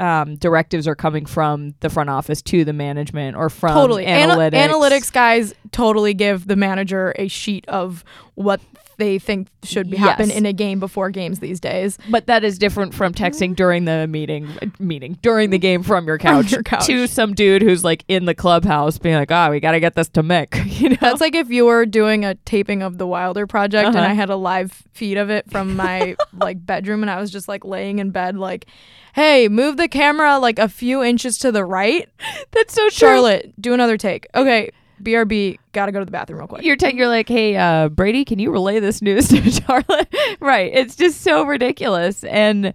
A: um, directives are coming from the front office to the management or from
B: Totally. Ana-
A: Um, analytics.
B: analytics guys totally give the manager a sheet of what they think should be happen
A: Yes.
B: in a game before games these days.
A: But that is different from texting during the meeting, meeting during the game from your couch,
B: your couch.
A: to some dude who's like in the clubhouse, being like, "Ah, we got to get this to Mick." You know,
B: That's like if you were doing a taping of the Wilder Project and
A: Uh-huh.
B: I had a live feed of it from my like bedroom and I was just like laying in bed like, "Hey, move the camera like a few inches to the right,
A: that's so
B: Charlotte. Do another take. Okay, BRB. Got to go to the bathroom real quick."
A: You're te- you're like, "Hey, uh, Brady, can you relay this news to Charlotte?" right? It's just so ridiculous, and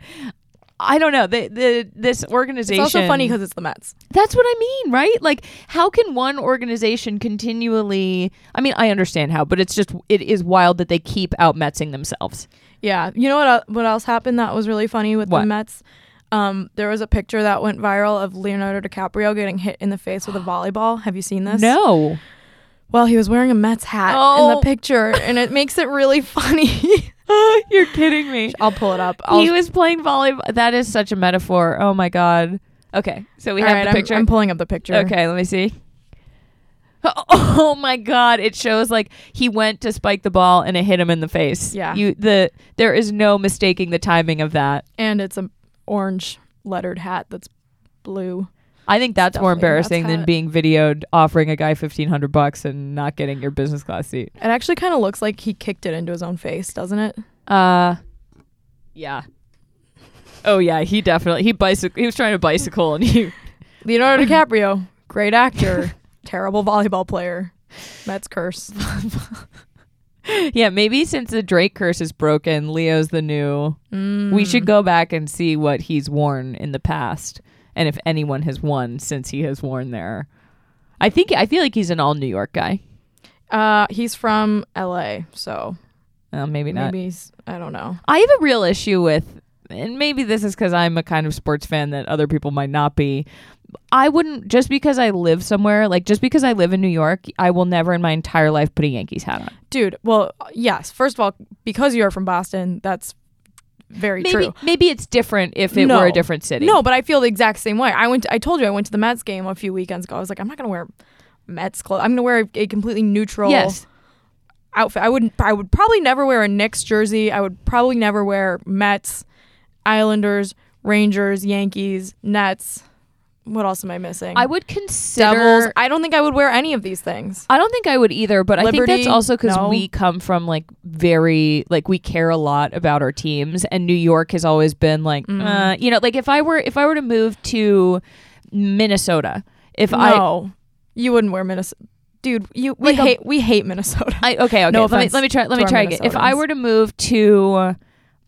A: I don't know. The, the this
B: It's
A: organization.
B: also funny because it's the Mets.
A: That's what I mean, right? Like, how can one organization continually? I mean, I understand how, but it's just it is wild that they keep outmetzing themselves.
B: Yeah. You know what? el- What else happened that was really funny with
A: What?
B: the Mets? Um, there was a picture that went viral of Leonardo DiCaprio getting hit in the face with a volleyball. Have you seen this?
A: No,
B: Well, he was wearing a Mets hat in
A: Oh.
B: the picture, and it makes it really funny.
A: you're kidding me.
B: I'll pull it up. I'll,
A: he was playing volleyball. That is such a metaphor. Oh my god. Okay, so we
B: All
A: have
B: right,
A: the
B: I'm-
A: picture.
B: I'm, pulling up the picture.
A: Okay, let me see. Oh my god, it shows like he went to spike the ball and it hit him in the face.
B: Yeah.
A: You the there is no mistaking the timing of that.
B: And it's an orange lettered hat that's blue.
A: I think that's more
B: Definitely, that's
A: embarrassing than
B: hot.
A: being videoed offering a guy 1500 bucks and not getting your business class seat.
B: It actually kind of looks like he kicked it into his own face, doesn't it?
A: Uh yeah. Oh yeah, he definitely he bicycle he was trying to bicycle and he
B: Leonardo DiCaprio, great actor, terrible volleyball player. Mets curse.
A: Yeah, maybe since the Drake curse is broken, Leo's the new
B: Mm.
A: We should go back and see what he's worn in the past and if anyone has won since he has worn there. I think I feel like he's an all New York guy.
B: Uh, he's from LA, so
A: Uh, maybe not.
B: maybe he's, I don't know.
A: I have a real issue with, and maybe this is because I'm a kind of sports fan that other people might not be. I wouldn't just because I live somewhere, like just because I live in New York, I will never in my entire life put a Yankees hat on.
B: Dude, well, yes. First of all, because you are from Boston, that's very
A: Maybe
B: true.
A: maybe it's different if it
B: No.
A: were a different city.
B: No, but I feel the exact same way. I went. I told you I went to the Mets game a few weekends ago. I was like, I'm not gonna wear Mets clothes. I'm gonna wear a completely neutral
A: Yes.
B: outfit. I wouldn't. I would probably never wear a Knicks jersey. I would probably never wear Mets, Islanders, Rangers, Yankees, Nets. What else am I missing?
A: I would consider
B: Devils. I don't think I would wear any of these things.
A: I don't think I would either, but I think that's
B: Liberty?
A: also because
B: No.
A: we come from like very like we care a lot about our teams, and New York has always been like
B: Mm.
A: uh, you know like if I were if I were to move to Minnesota, if I
B: no, you wouldn't wear Minnesota, dude. You we
A: Like a-
B: hate we hate Minnesota.
A: I okay okay
B: No
A: let me
B: offense
A: let me try let
B: to
A: me
B: our
A: try again. If I
B: Minnesotans.
A: were to move to uh,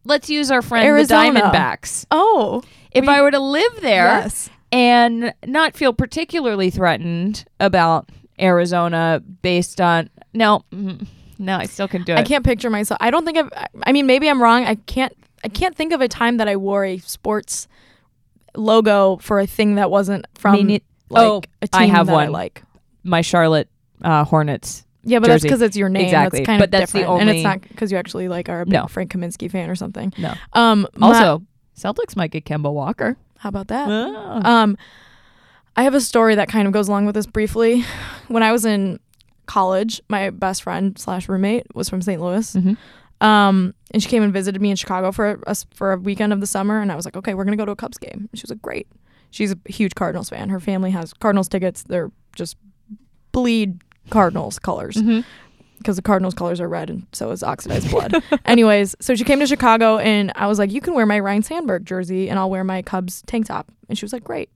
A: let's use our friend
B: Arizona.
A: the Diamondbacks,
B: oh,
A: if
B: We-
A: I were to live there,
B: yes.
A: and not feel particularly threatened about Arizona based on no mm, no I still can do it.
B: I can't picture myself. I don't think I've. I mean, maybe I'm wrong. I can't. I can't think of a time that I wore a sports logo for a thing that wasn't from
A: Me nei-
B: like
A: oh,
B: a team
A: I have
B: that I
A: one.
B: like.
A: my Charlotte uh, Hornets.
B: Yeah, but that's
A: Jersey.
B: because it's your name.
A: Exactly.
B: That's kind
A: But
B: of
A: that's the
B: different. and
A: only-
B: it's not because you actually like are a big
A: No.
B: Frank Kaminsky fan or something.
A: No.
B: Um. my-
A: Also, Celtics might get Kemba Walker. Uh,
B: how about that? Um, I have a story that kind of goes along with this briefly. When I was in college, my best friend slash roommate was from St. Louis,
A: Mhm.
B: um, and she came and visited me in Chicago for us for a weekend of the summer. And I was like, okay, we're gonna go to a Cubs game. And she was like, great. She's a huge Cardinals fan. Her family has Cardinals tickets. They're just bleed Cardinals colors
A: Mhm.
B: because the Cardinals colors are red and so is oxidized blood. Anyways, so she came to Chicago and I was like, you can wear my Ryan Sandberg jersey and I'll wear my Cubs tank top. And she was like, great.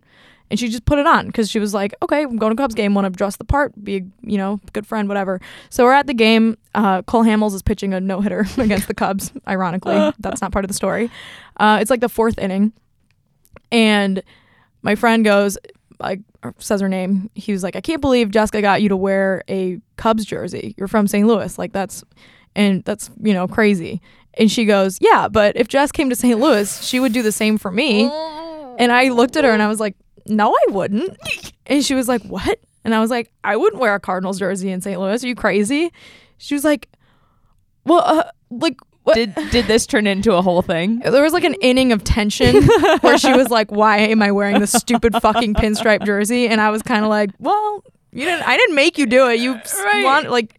B: And she just put it on because she was like, okay, I'm going to Cubs game, want to dress the part, be, you know, good friend, whatever. So we're at the game. Uh, Cole Hamels is pitching a no hitter against the Cubs, ironically. That's not part of the story. Uh, it's like the fourth inning. And my friend goes, like, or says her name. He was like, I can't believe Jessica got you to wear a Cubs jersey. You're from St. Louis. Like, that's, and that's, you know, crazy. And she goes, Yeah, but if Jess came to St. Louis, she would do the same for me. And I looked at her and I was like, No, I wouldn't. And she was like, What? And I was like, I wouldn't wear a Cardinals jersey in St. Louis. Are you crazy? She was like, Well, uh, like, what?
A: Did did this turn into a whole thing?
B: There was like an inning of tension where she was like, "Why am I wearing this stupid fucking pinstripe jersey?" And I was kind of like, "Well, you didn't. I didn't make you do it. You s-
A: Right.
B: want like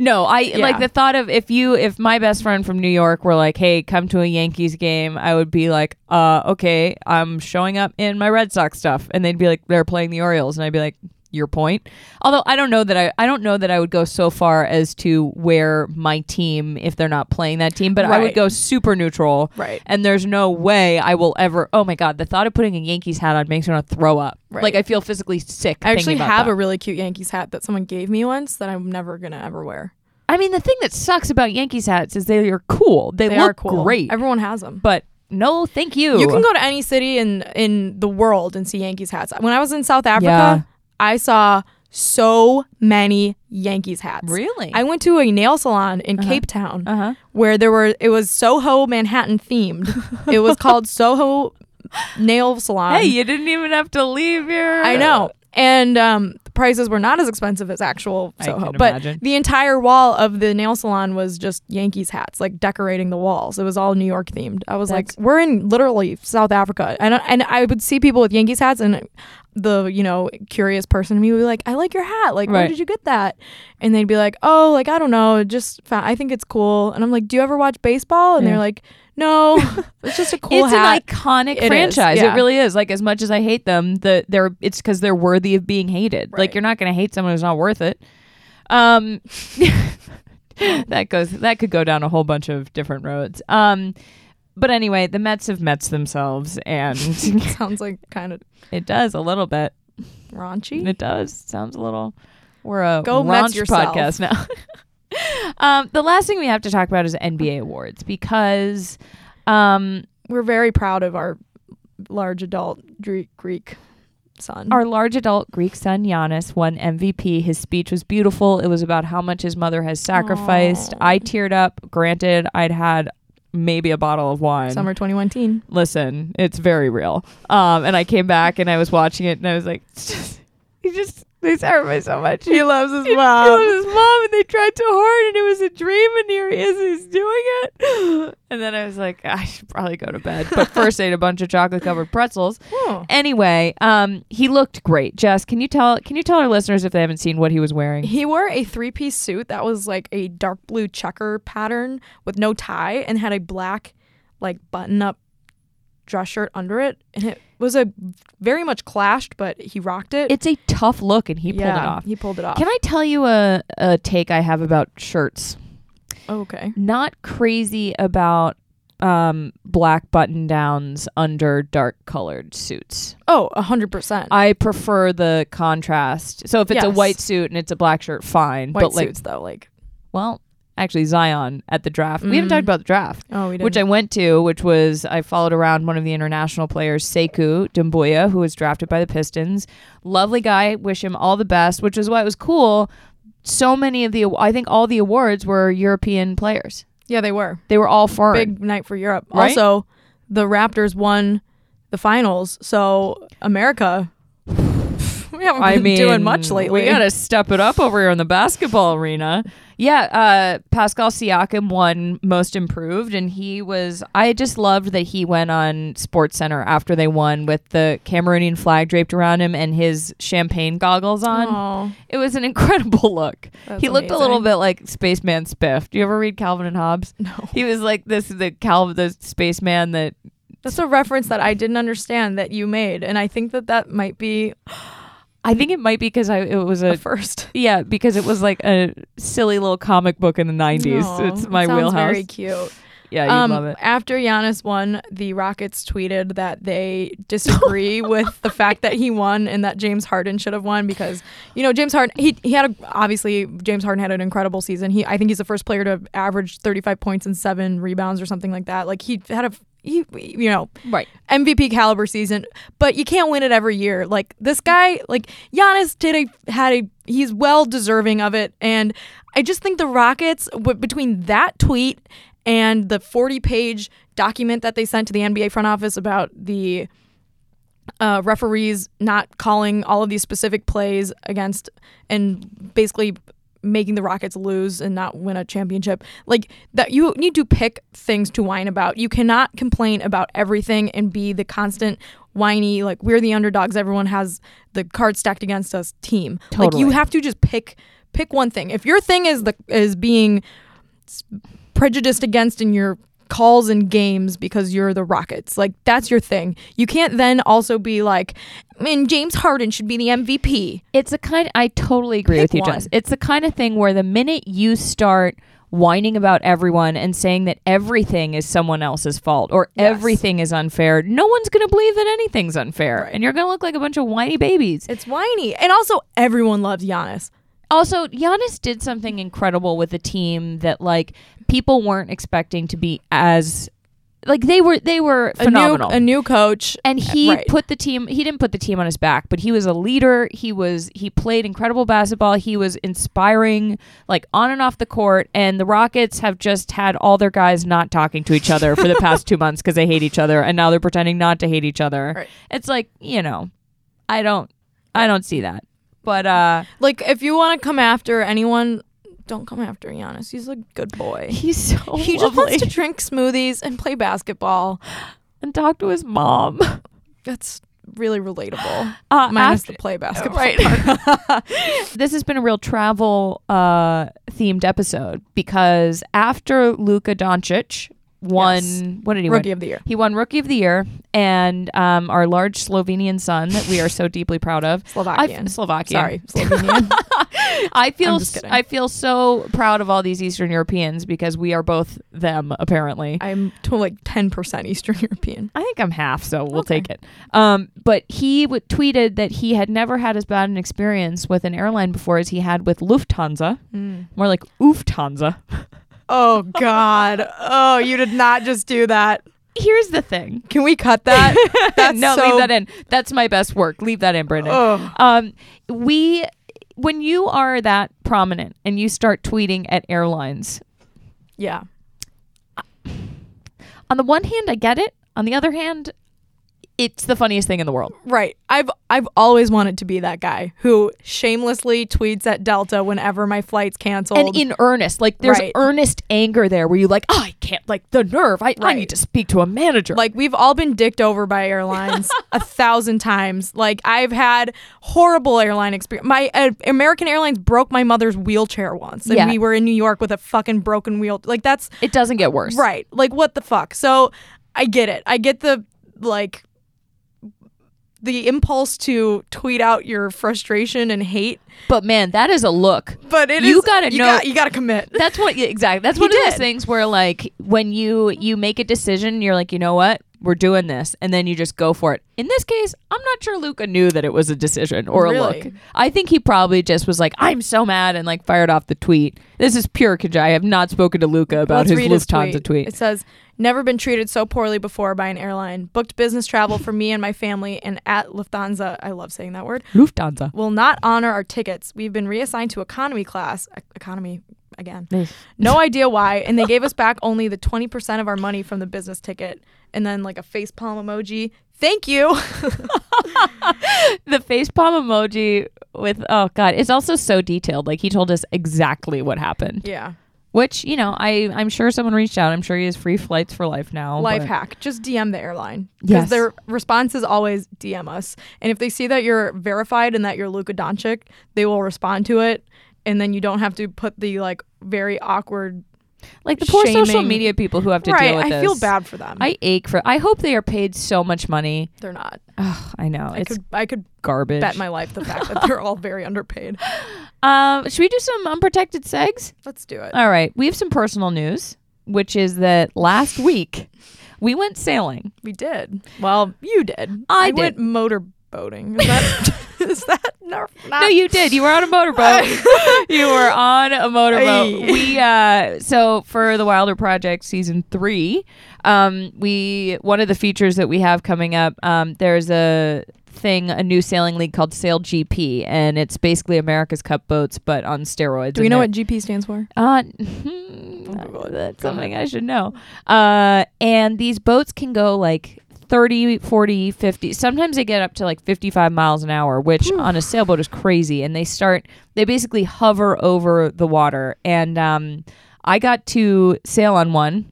A: No, I like
B: Yeah.
A: the thought of if you if my best friend from New York were like, "Hey, come to a Yankees game," I would be like, "Uh, okay, I'm showing up in my Red Sox stuff," and they'd be like, "They're playing the Orioles," and I'd be like, "Your point." Although I don't know that I I don't know that I would go so far as to wear my team if they're not playing that team, but I would
B: Right.
A: go super neutral.
B: Right.
A: And there's no way I will ever. Oh my god, the thought of putting a Yankees hat on makes me want to throw up.
B: Right.
A: Like I feel physically sick.
B: I actually
A: thinking about
B: have
A: that.
B: a really cute Yankees hat that someone gave me once that I'm never gonna ever wear.
A: I mean, the thing that sucks about Yankees hats is they are cool. They,
B: They
A: look
B: are cool.
A: great.
B: Everyone has them.
A: but no, thank you.
B: You can go to any city in in the world and see Yankees hats. When I was in South Africa,
A: Yeah.
B: I saw so many Yankees hats.
A: Really?
B: I went to a nail salon in Cape Town
A: Uh-huh.
B: where there were it was Soho Manhattan themed. it was called Soho Nail Salon.
A: Hey, you didn't even have to leave your.
B: I know. And um, the prices were not as expensive as actual
A: I
B: Soho,
A: can
B: but
A: imagine.
B: the entire wall of the nail salon was just Yankees hats, like decorating the walls. It was all New York themed. I was
A: That's-
B: like, we're in literally South Africa, and I, and I would see people with Yankees hats, and the you know curious person in me would be like, I like your hat. Like, where
A: Right.
B: did you get that? And they'd be like, Oh, like I don't know, just found, I think it's cool. And I'm like, Do you ever watch baseball? And
A: Yeah.
B: they're like, No, it's just a cool
A: it's
B: hat.
A: an iconic
B: It is,
A: franchise.
B: yeah.
A: It really is. Like as much as I hate them, the they're it's because they're worthy of being hated. Like
B: Right.
A: you're not going to hate someone who's not worth it. Um, that goes that could go down a whole bunch of different roads. Um, but anyway, the Mets have Mets themselves, and
B: Sounds like kind of
A: it does a little bit.
B: raunchy.
A: It does. Sounds a little. We're a
B: Go Mets
A: raunch
B: yourself.
A: podcast now. um, the last thing we have to talk about is NBA awards because. Um,
B: we're very proud of our large adult Greek, Greek son.
A: Our large adult Greek son Giannis won MVP. His speech was beautiful. It was about how much his mother has sacrificed.
B: Aw.
A: I teared up. Granted, I'd had maybe a bottle of wine.
B: summer 21 teen.
A: Listen, it's very real. Um, and I came back and I was watching it and I was like, it's just, he just they sacrificed so much. He loves his mom. He loves his mom, and they tried so hard, and it was a dream, and here he is, he's doing it. And then I was like, I should probably go to bed. But first, I ate a bunch of chocolate covered pretzels. Anyway, um, he looked great. Jess, can you tell can you tell our listeners if they haven't seen what he was wearing?
B: He wore a three piece suit that was like a dark blue checker pattern with no tie and had a black, like, button up dress shirt under it. And it was a very much clashed, but he rocked it.
A: It's a tough look, and he pulled
B: Yeah,
A: it off.
B: He pulled it off.
A: Can I tell you a, a take I have about shirts?
B: Oh, okay.
A: Not crazy about um, black button downs under dark colored suits.
B: Oh, 100%.
A: I prefer the contrast. So if it's a
B: Yes.
A: white suit and it's a black shirt, fine.
B: White
A: but like,
B: suits, though. Like,
A: well, actually, Zion at the draft. We haven't
B: Mm.
A: talked about the draft.
B: oh, we didn't.
A: which I went to, which was I followed around one of the international players, Sekou Dumbuya, who was drafted by the Pistons. Lovely guy. Wish him all the best, which is why it was cool. So many of the, I think all the awards were European players.
B: yeah, they were.
A: They were all foreign.
B: big night for Europe.
A: Right?
B: Also, the Raptors won the finals, so America, we haven't
A: I
B: been
A: mean,
B: doing much lately.
A: We got to step it up over here in the basketball arena. Yeah, uh, Pascal Siakam won Most Improved, and he was. I just loved that he went on Sports Center after they won with the Cameroonian flag draped around him and his champagne goggles on.
B: Oh,
A: It was an incredible look.
B: That's
A: he looked a little
B: amazing.
A: bit like Spaceman Spiff. Do you ever read Calvin and Hobbes?
B: no.
A: He was like this the Calvin the spaceman that
B: That's a reference that I didn't understand that you made, and I think that that might be
A: I think it might be because I it was
B: a
A: a
B: first.
A: Yeah, because it was like a silly little comic book in the '90s.
B: Aw,
A: it's
B: that
A: my
B: sounds
A: wheelhouse.
B: Very cute.
A: yeah, you
B: Um,
A: love it.
B: After Giannis won, the Rockets tweeted that they disagree with the fact that he won and that James Harden should have won because you know James Harden he he had a, obviously James Harden had an incredible season. He I think he's the first player to average 35 points and seven rebounds or something like that. Like he had a he you know
A: Right.
B: MVP caliber season, but you can't win it every year. Like this guy, like Giannis did a had a he's well deserving of it, and I just think the Rockets w- between that tweet and the forty page document that they sent to the NBA front office about the uh, referees not calling all of these specific plays against and basically making the Rockets lose and not win a championship. Like that you need to pick things to whine about. You cannot complain about everything and be the constant whiny like we're the underdogs, everyone has the card stacked against us team. Like you
A: Totally.
B: have to just pick pick one thing. If your thing is the is being s- prejudiced against in your calls and games because you're the Rockets. Like that's your thing. You can't then also be like, and James Harden should be the MVP.
A: It's a kind. I totally agree
B: Pick
A: with you,
B: one.
A: Jess. It's the kind of thing where the minute you start whining about everyone and saying that everything is someone else's fault or
B: Yes.
A: everything is unfair, no one's going to believe that anything's unfair, and you're going to look like a bunch of whiny babies.
B: It's whiny. And also everyone loves Giannis.
A: Also, Giannis did something incredible with a team that like people weren't expecting to be as like they were they were
B: a new,
A: phenomenal.
B: a new coach.
A: and he
B: Uh, Right.
A: put the team he didn't put the team on his back but he was a leader he was he played incredible basketball he was inspiring like on and off the court and the rockets have just had all their guys not talking to each other for the past two months because they hate each other and now they're pretending not to hate each other
B: Right.
A: it's like you know i don't i don't see that but uh
B: Like, if you want to come after anyone, don't come after Giannis. He's a good boy.
A: he's so
B: he just wants to drink smoothies and play basketball.
A: and talk to his mom
B: That's really relatable.
A: uh,
B: Minus
A: after-
B: the play basketball.
A: Right. this has been a real travel uh, themed episode because after Luka Doncic won,
B: Yes.
A: what did he
B: Rookie
A: win?
B: of the year.
A: He won Rookie of the Year, and um, our large Slovenian son that we are so deeply proud of.
B: Slovakian.
A: I, Slovakian.
B: Sorry, Slovenian.
A: I feel
B: I'm just
A: s-
B: kidding.
A: I feel so proud of all these Eastern Europeans because we are both them apparently.
B: I'm to like 10% Eastern European.
A: I think I'm half, so we'll
B: Okay.
A: take it. Um, but he w- tweeted that he had never had as bad an experience with an airline before as he had with Lufthansa. More like Lufthansa.
B: Oh, God. Oh, you did not just do that.
A: Here's the thing.
B: Can we cut that? That's
A: no,
B: so-
A: leave that in. That's my best work. Leave that in, Brendan.
B: Ugh.
A: Um, we, when you are that prominent and you start tweeting at airlines,
B: Yeah.
A: on the one hand, I get it. On the other hand, it's the funniest thing in the world.
B: Right. I've I've always wanted to be that guy who shamelessly tweets at Delta whenever my flight's canceled.
A: and in earnest like there's
B: Right.
A: earnest anger there where you like oh, i can't like the nerve I, I
B: Right.
A: need to speak to a manager
B: like we've all been dicked over by airlines a thousand times. Like I've had horrible airline experience. My uh, American Airlines broke my mother's wheelchair once, and
A: Yeah.
B: we were in New York with a fucking broken wheel. Like that's
A: it doesn't get worse
B: Right. Like what the fuck? So I get it. I get the like the impulse to tweet out your frustration and hate,
A: but man that is a look
B: but it is
A: You gotta know-
B: you gotta commit.
A: that's what yeah, exactly that's
B: He
A: one of those
B: did.
A: things where like when you you make a decision you're like you know what we're doing this and then you just go for it in this case i'm not sure luca knew that it was a decision or a look
B: Really?
A: i think he probably just was like i'm so mad and like fired off the tweet this is pure conjecture i have not spoken to luca about
B: Let's
A: his
B: read his
A: lufthansa tweet,
B: It says, "Never been treated so poorly before by an airline. Booked business travel for me and my family, and at Lufthansa, I love saying that word,
A: lufthansa
B: will not honor our tickets. We've been reassigned to economy class. E- economy again. No idea why. And they gave us back only the 20% of our money from the business ticket. And then like a face palm emoji. Thank you.
A: the facepalm emoji with oh god it's also so detailed like he told us exactly what happened
B: yeah.
A: which you know i i'm sure someone reached out i'm sure he has free flights for life now
B: Life
A: but-
B: hack. Just DM the airline. Because
A: Yes.
B: their response is always DM us. And if they see that you're verified and that you're Luka Doncic, they will respond to it. And then you don't have to put the like very awkward
A: like the poor social
B: shaming.
A: media people who have to
B: Right.
A: deal with
B: I
A: this
B: feel bad for them.
A: i ache for i hope they are paid so much money
B: They're not.
A: Ugh, i know
B: I
A: it's
B: could I could
A: garbage
B: bet my life the fact that they're all very underpaid.
A: um should we do some unprotected segs
B: Let's do it.
A: all right we have some personal news which is that last week we went sailing
B: We did. Well, you did.
A: I did.
B: went motorboating. Is that is that no, not
A: No, you did. You were on a motorboat. you were on a motorboat.
B: Aye.
A: We uh, so for the Wilder Project season three, um, we one of the features that we have coming up. Um, there's a thing, a new sailing league called Sail GP, and it's basically America's Cup boats, but on steroids.
B: Do we
A: and
B: know
A: they're-
B: what GP stands for?
A: uh,
B: Google it.
A: that's
B: Go
A: something I should know. Uh, and these boats can go like 30, 40, 50. Sometimes they get up to like 55 miles an hour, which on a sailboat is crazy. And they start, they basically hover over the water. And um, I got to sail on one,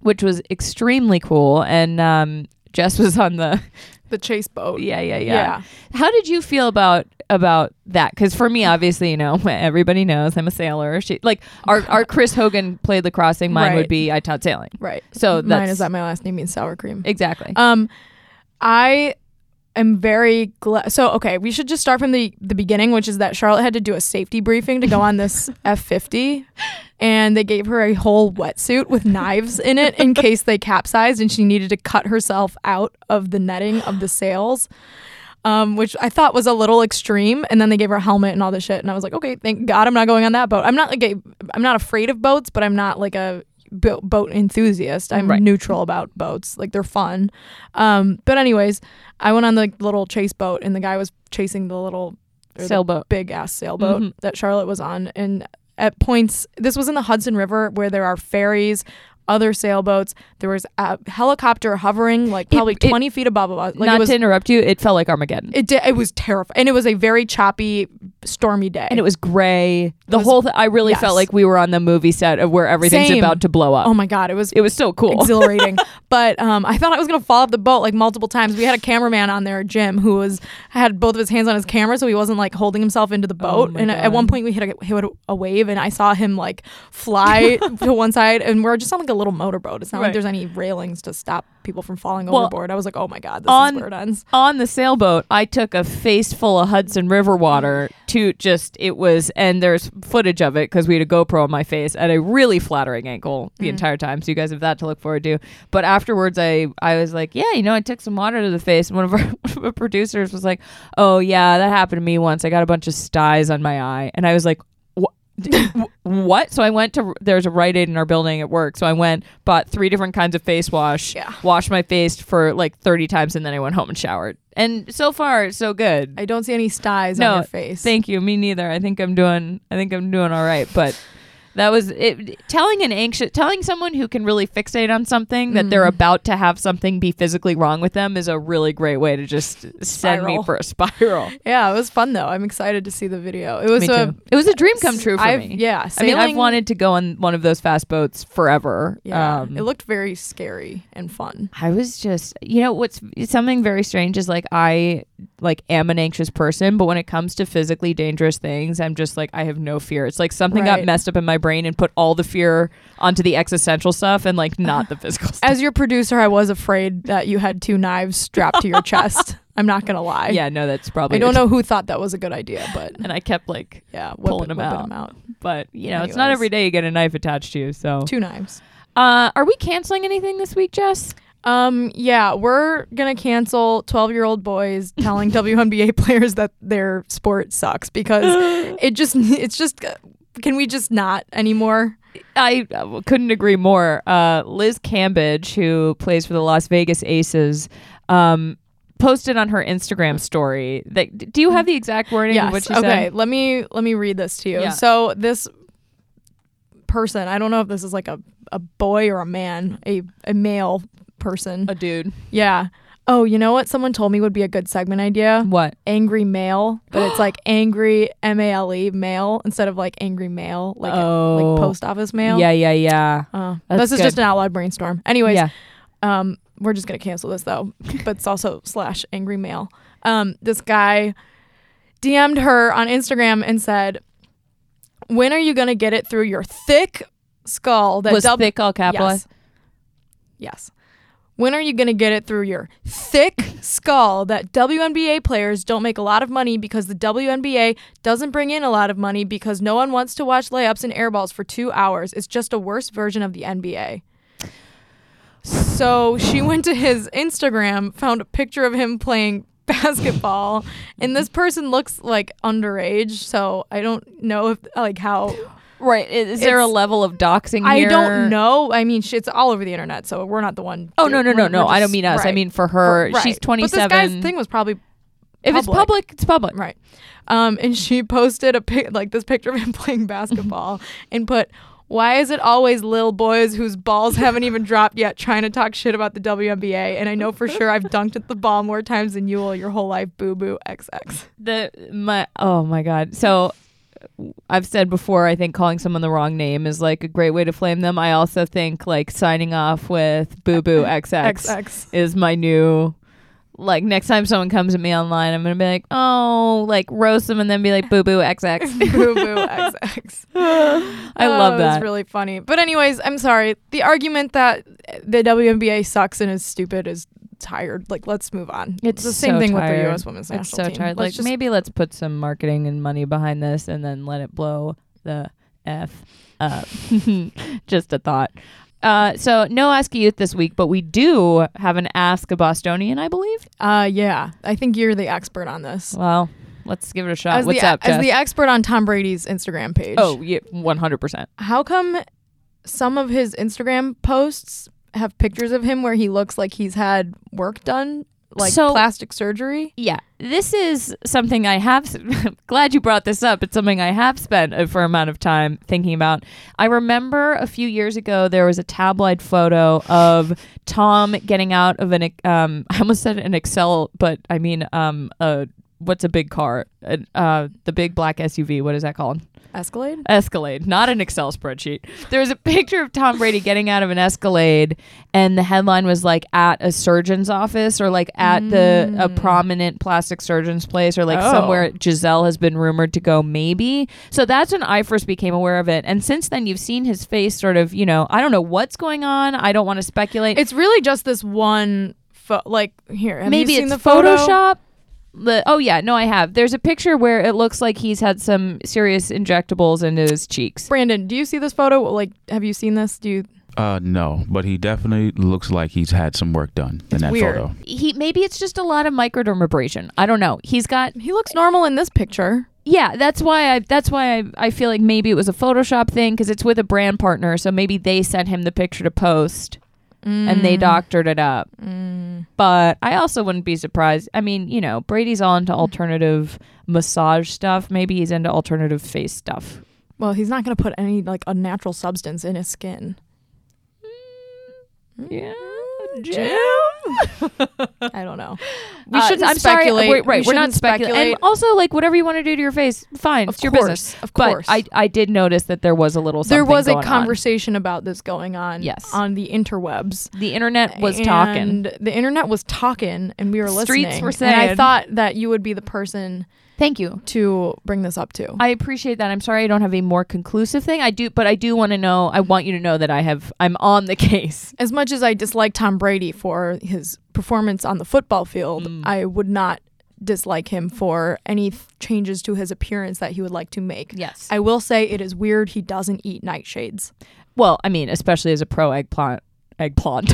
A: which was extremely cool. And um, Jess was on the,
B: The chase boat.
A: yeah, yeah, yeah. How did you feel about about that? Because for me, obviously, you know, everybody knows I'm a sailor. She like our our Chris Hogan played the crossing. Mine would
B: Right.
A: be I taught sailing.
B: Right.
A: So
B: Mine
A: that's
B: is that my last name means sour cream.
A: exactly.
B: Um, I am very glad. So okay, we should just start from the the beginning, which is that Charlotte had to do a safety briefing to go on this F fifty, and they gave her a whole wetsuit with knives in it in case they capsized, and she needed to cut herself out of the netting of the sails. Um, which I thought was a little extreme, and then they gave her a helmet and all this shit, and I was like, okay, thank God I'm not going on that boat. I'm not like a, I'm not afraid of boats, but I'm not like a bo- boat enthusiast. I'm
A: Right.
B: neutral about boats. Like they're fun. Um, but anyways, I went on the little chase boat and the guy was chasing the little or the
A: sailboat.
B: big ass sailboat
A: Mhm.
B: that Charlotte was on. And at points, this was in the Hudson River where there are ferries, other sailboats. There was a helicopter hovering like
A: It-
B: probably
A: it-
B: 20 feet above us. Like
A: Not
B: it was,
A: to interrupt you, it felt like Armageddon.
B: it, did, it was terrifying. And it was a very choppy, stormy day.
A: and it was gray. The
B: was-
A: whole th- I really
B: yes.
A: felt like we were on the movie set of where everything's
B: Same.
A: about to blow up.
B: oh my God, it was
A: it was so cool.
B: exhilarating. but um, I thought I was gonna fall off the boat like multiple times. We had a cameraman on there, Jim, who was had both of his hands on his camera, so he wasn't like holding himself into the
A: Oh
B: boat.
A: my
B: and at
A: God.
B: one point, we hit a, hit a wave, and I saw him like fly to one side, and we're just on like a little motorboat. It's not
A: Right.
B: like there's any railings to stop people from falling
A: Well,
B: overboard. I was like, oh my god, this
A: on-
B: is where it ends.
A: on the sailboat, I took a face full of Hudson River water to just it was, and there's footage of it because we had a GoPro on my face at a really flattering angle the entire time. So you guys have that to look forward to. But afterwards, I I was like, yeah, you know, I took some water to the face. And one of our one of our producers was like, oh yeah, that happened to me once. I got a bunch of styes on my eye, and I was like. "Wha- wh- what? So I went to there's a Rite Aid in our building at work. So I went, bought three different kinds of face wash,
B: Yeah.
A: washed my face for like 30 times, and then I went home and showered. And so far, so good.
B: I don't see any styes
A: No,
B: on your face.
A: Thank you. Me neither. I think I'm doing. I think I'm doing all right. But that was it. Telling an anxious, telling someone who can really fixate on something that they're about to have something be physically wrong with them is a really great way to just send me
B: Spiral.
A: for a spiral.
B: yeah, it was fun though. I'm excited to see the video. It was
A: me
B: a
A: too. It was a dream come true for
B: I've-
A: me.
B: Yeah,
A: I mean, I've
B: sailing-
A: wanted to go on one of those fast boats forever.
B: Yeah,
A: Um,
B: it looked very scary and fun.
A: I was just, you know, what's something very strange is like I like am an anxious person, but when it comes to physically dangerous things, I'm just like I have no fear. It's like something got
B: Right.
A: messed up in my brain and put all the fear onto the existential stuff and like not the physical stuff.
B: As your producer, I was afraid that you had two knives strapped to your chest. I'm not gonna lie.
A: yeah, no, that's probably.
B: I don't know who thought that was a good idea, but
A: And I kept like,
B: yeah, whip
A: Pulling
B: it-
A: them
B: whipping
A: out.
B: them out.
A: but you know, it's not
B: Anyways.
A: every day you get a knife attached to you. So,
B: Two knives.
A: uh, are we canceling anything this week, Jess?
B: Um, yeah, we're gonna cancel 12 year old boys telling WNBA players that their sport sucks because it just it's just uh, can we just not anymore?
A: I uh, couldn't agree more. Uh, Liz Cambage, who plays for the Las Vegas Aces, um, posted on her Instagram story that. Do you have the exact wording of what she
B: okay.
A: said?
B: Let me let me read this to you.
A: Yeah.
B: So this person, I don't know if this is like a, a boy or a man, a a male person.
A: A dude.
B: yeah. Oh, you know what someone told me would be a good segment idea?
A: What?
B: Angry male, but it's like angry M A L E male instead of like angry mail, like
A: Oh.
B: like post office mail.
A: Yeah, yeah, yeah.
B: Oh.
A: That's
B: this is
A: good.
B: just an outlawed brainstorm. Anyways,
A: yeah.
B: um, we're just gonna cancel this though, but it's also slash angry male. Um, this guy DM'd her on Instagram and said, "When are you gonna get it through your thick skull that
A: Was
B: dub-
A: thick all capitalized?
B: Yes. yes. When are you going to get it through your thick skull that WNBA players don't make a lot of money because the WNBA doesn't bring in a lot of money because no one wants to watch layups and airballs for two hours? It's just a worse version of the NBA. So she went to his Instagram, found a picture of him playing basketball, and this person looks like underage. So I don't know if like how
A: Right. Is there a
B: It's-
A: level of doxing?
B: I
A: here?
B: don't know. I mean, sh- it's all over the internet, so we're not the one.
A: Oh no, no, no,
B: we're-
A: no.
B: we're
A: I don't
B: just-
A: mean us. I
B: right.
A: mean for her. She's
B: Right. But this
A: twenty-seven.
B: guy's thing was probably
A: if it's
B: public.
A: public, it's public.
B: right. Um, and she posted a pic, like this picture of him playing basketball, and put, "Why is it always little boys whose balls haven't even dropped yet trying to talk shit about the WNBA?" And I know for sure I've dunked at the ball more times than you will your whole life, boo boo XX.
A: the my oh my god so i've said before i think calling someone the wrong name is like a great way to flame them i also think like signing off with boo boo xx
B: XX.
A: is my new like next time someone comes at me online i'm gonna be like oh like roast them and then be like boo boo xx
B: boo boo XX.
A: i love that
B: It's Oh, really funny. But anyways, I'm sorry. The argument that the WNBA sucks and is stupid is tired. Like, let's move on.
A: It's
B: the same
A: so
B: thing with
A: tired.
B: the U.S. Women's
A: it's
B: National
A: so
B: Team.
A: tired
B: Let's
A: like
B: just-
A: maybe let's put some marketing and money behind this and then let it blow the f up just a thought uh, so no ask a youth this week but we do have an ask a bostonian i believe
B: Uh, yeah, I think you're the expert on this.
A: well let's give it a shot
B: as
A: what's
B: the,
A: up Oh.
B: as
A: Jess?
B: the expert on Tom Brady's Instagram page.
A: oh yeah 100%
B: how come? some of his Instagram posts have pictures of him where he looks like he's had work done, like
A: So-
B: plastic surgery.
A: Yeah, this is something I have. glad you brought this up. It's something I have spent a fair amount of time thinking about. I remember a few years ago there was a tabloid photo of Tom getting out of an. Um, I almost said an Excel, but I mean um, a what's a big car? An, Uh, the big black SUV. What is that called?
B: Escalade.
A: Escalade, not an Excel spreadsheet. There was a picture of Tom Brady getting out of an Escalade, and the headline was like at a surgeon's office or like at the a prominent plastic surgeon's place or like
B: Mm. Oh.
A: somewhere Giselle has been rumored to go maybe. So that's when I first became aware of it, and since then you've seen his face sort of you know I don't know what's going on. I don't want to speculate.
B: It's really just this one. Fo- like here, have
A: maybe
B: you seen
A: it's
B: the photo?
A: Photoshop. The, oh yeah, no, I have. There's a picture where it looks like he's had some serious injectables into his cheeks.
B: Brandon, do you see this photo? Like, have you seen this? Do you?
C: Uh, no, but he definitely looks like he's had some work done in that
B: weird.
C: photo.
A: he maybe it's just a lot of microdermabrasion. I don't know. He's got
B: He looks normal in this picture.
A: yeah. That's why I that's why I, I feel like maybe it was a Photoshop thing because it's with a brand partner, so maybe they sent him the picture to post and
B: Mm.
A: they doctored it up. But I also wouldn't be surprised. I mean, you know, Brady's all into alternative massage stuff. Maybe he's into alternative face stuff.
B: Well, he's not gonna put any like unnatural substance in his skin. Mm,
A: Yeah,
B: I don't know. We
A: Uh,
B: shouldn't
A: I'm sorry,
B: speculate.
A: we're- right,
B: we
A: we are not
B: shouldn't
A: speculating. And also, like whatever you want to do to your face, fine,
B: Of
A: it's your business.
B: course, of course.
A: But I, I did notice that there was a little.
B: there
A: something
B: was a
A: going on.
B: conversation about this going on.
A: Yes.
B: on the interwebs.
A: The internet was
B: And
A: talking.
B: The internet was talking, and we were listening.
A: Streets were
B: And I
A: saying.
B: thought that you would be the person
A: Thank you.
B: to bring this up to.
A: I appreciate that. I'm sorry I don't have a more conclusive thing. I do, but I do want to know. I want you to know that I have. I'm on the case.
B: as much as I dislike Tom Brady for his performance on the football field,
A: Mm.
B: I would not dislike him for any th- changes to his appearance that he would like to make.
A: Yes.
B: I will say it is weird he doesn't eat nightshades.
A: Well, I mean, especially as a pro eggplant, eggplant,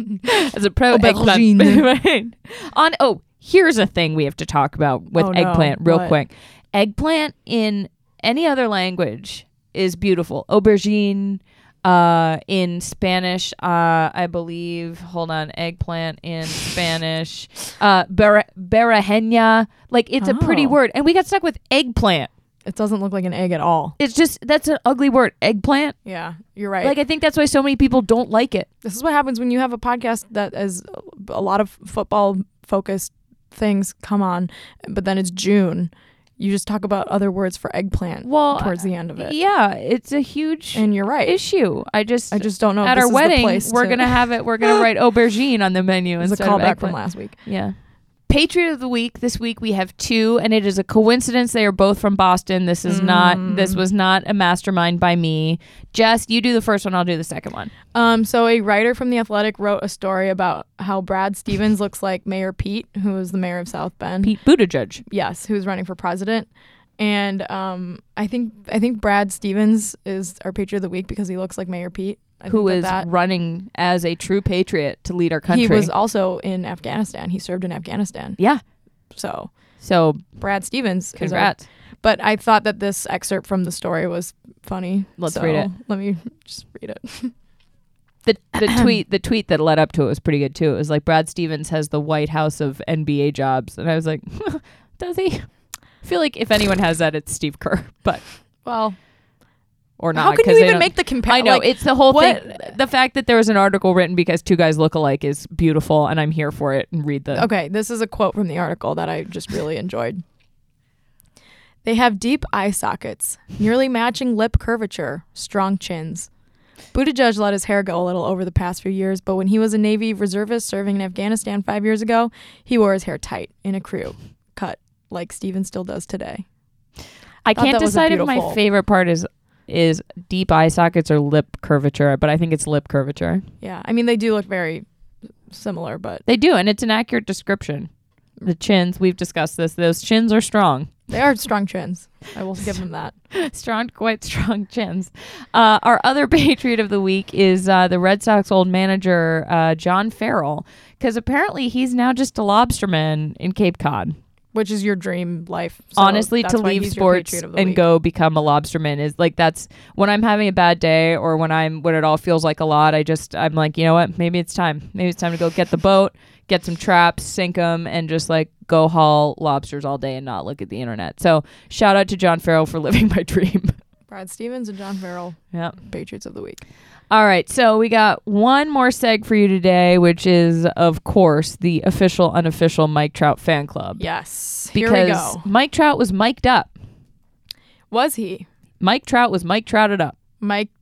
A: as a pro
B: Oh, Aubergine.
A: eggplant. Right. On oh, here's a thing we have to talk about with
B: Oh, no.
A: eggplant real
B: What?
A: quick. Eggplant in any other language is beautiful. Aubergine uh in spanish uh i believe hold on eggplant in spanish uh bere- berenjena like it's a pretty
B: Oh.
A: word and we got stuck with eggplant
B: It doesn't look like an egg at all.
A: it's just that's an ugly word eggplant
B: Yeah, you're right.
A: like i think that's why so many people don't like it
B: this is what happens when you have a podcast that is a lot of football focused things come on, but then it's June. You just talk about other words for eggplant
A: Well,
B: towards the end of it.
A: Yeah, it's a huge
B: And you're right.
A: issue. I just,
B: I just don't know.
A: at
B: if this
A: our
B: is the
A: wedding,
B: place
A: we're
B: to-
A: gonna have it. We're gonna write aubergine on the menu
B: It's a
A: instead of
B: callback from
A: eggplant.
B: last week.
A: Yeah. Patriot of the week this week we have two and it is a coincidence they are both from Boston. This is not this was not a mastermind by me. Jess, you do the first one, I'll do the second one.
B: Um, so a writer from The Athletic wrote a story about how Brad Stevens looks like Mayor Pete, who is the mayor of South Bend.
A: Pete Buttigieg.
B: Yes, who's running for president. And um, I think I think Brad Stevens is our Patriot of the Week because he looks like Mayor Pete. I
A: Who
B: think
A: is
B: that
A: running as a true patriot to lead our country?
B: He was also in Afghanistan. He served in Afghanistan.
A: yeah.
B: So
A: So
B: Brad Stevens. is our-
A: congrats.
B: but I thought that this excerpt from the story was funny.
A: Let's
B: so
A: read it.
B: Let me just read it.
A: the the tweet the tweet that led up to it was pretty good too. It was like Brad Stevens has the White House of NBA jobs, and I was like, does he? I feel like if anyone has that, it's Steve Kerr, but
B: Well,
A: or not.
B: how can
A: 'cause they
B: you even
A: don't-
B: make the comparison?
A: I know it's the whole
B: what-
A: thing. The fact that there was an article written because two guys look alike is beautiful, and I'm here for it. And read the
B: Okay, this is a quote from the article that I just really enjoyed. They have deep eye sockets, nearly matching lip curvature, strong chins. Buttigieg let his hair go a little over the past few years, but when he was a Navy reservist serving in Afghanistan five years ago, he wore his hair tight in a crew cut, like Steven still does today.
A: I
B: thought
A: can't
B: that was a
A: decide if my
B: beautiful-
A: favorite part is is deep eye sockets or lip curvature, but I think it's lip curvature.
B: Yeah, I mean they do look very similar, but
A: They do, and it's an accurate description. The chins we've discussed this; those chins are strong.
B: they are strong chins. I will give them that.
A: strong, quite strong chins. Uh, our other Patriot of the week is uh, the Red Sox old manager uh, John Farrell, because apparently he's now just a lobsterman in Cape Cod.
B: which is your dream life. So
A: honestly
B: that's
A: to
B: why
A: leave
B: he's your
A: sports
B: Patriot of the
A: and
B: Week.
A: go become a lobsterman is like that's when i'm having a bad day or when i'm when it all feels like a lot i just i'm like you know what maybe it's time maybe it's time to go get the boat get some traps sink them and just like go haul lobsters all day and not look at the internet so shout out to john farrell for living my dream
B: Brad Stevens and John Farrell,
A: yeah
B: Patriots of the Week.
A: all right so we got one more seg for you today which is of course the official unofficial mike trout fan club
B: Yes.
A: because
B: Here we go.
A: mike trout was mic'd up
B: Was he
A: mike trout was mike trouted up
B: mic'd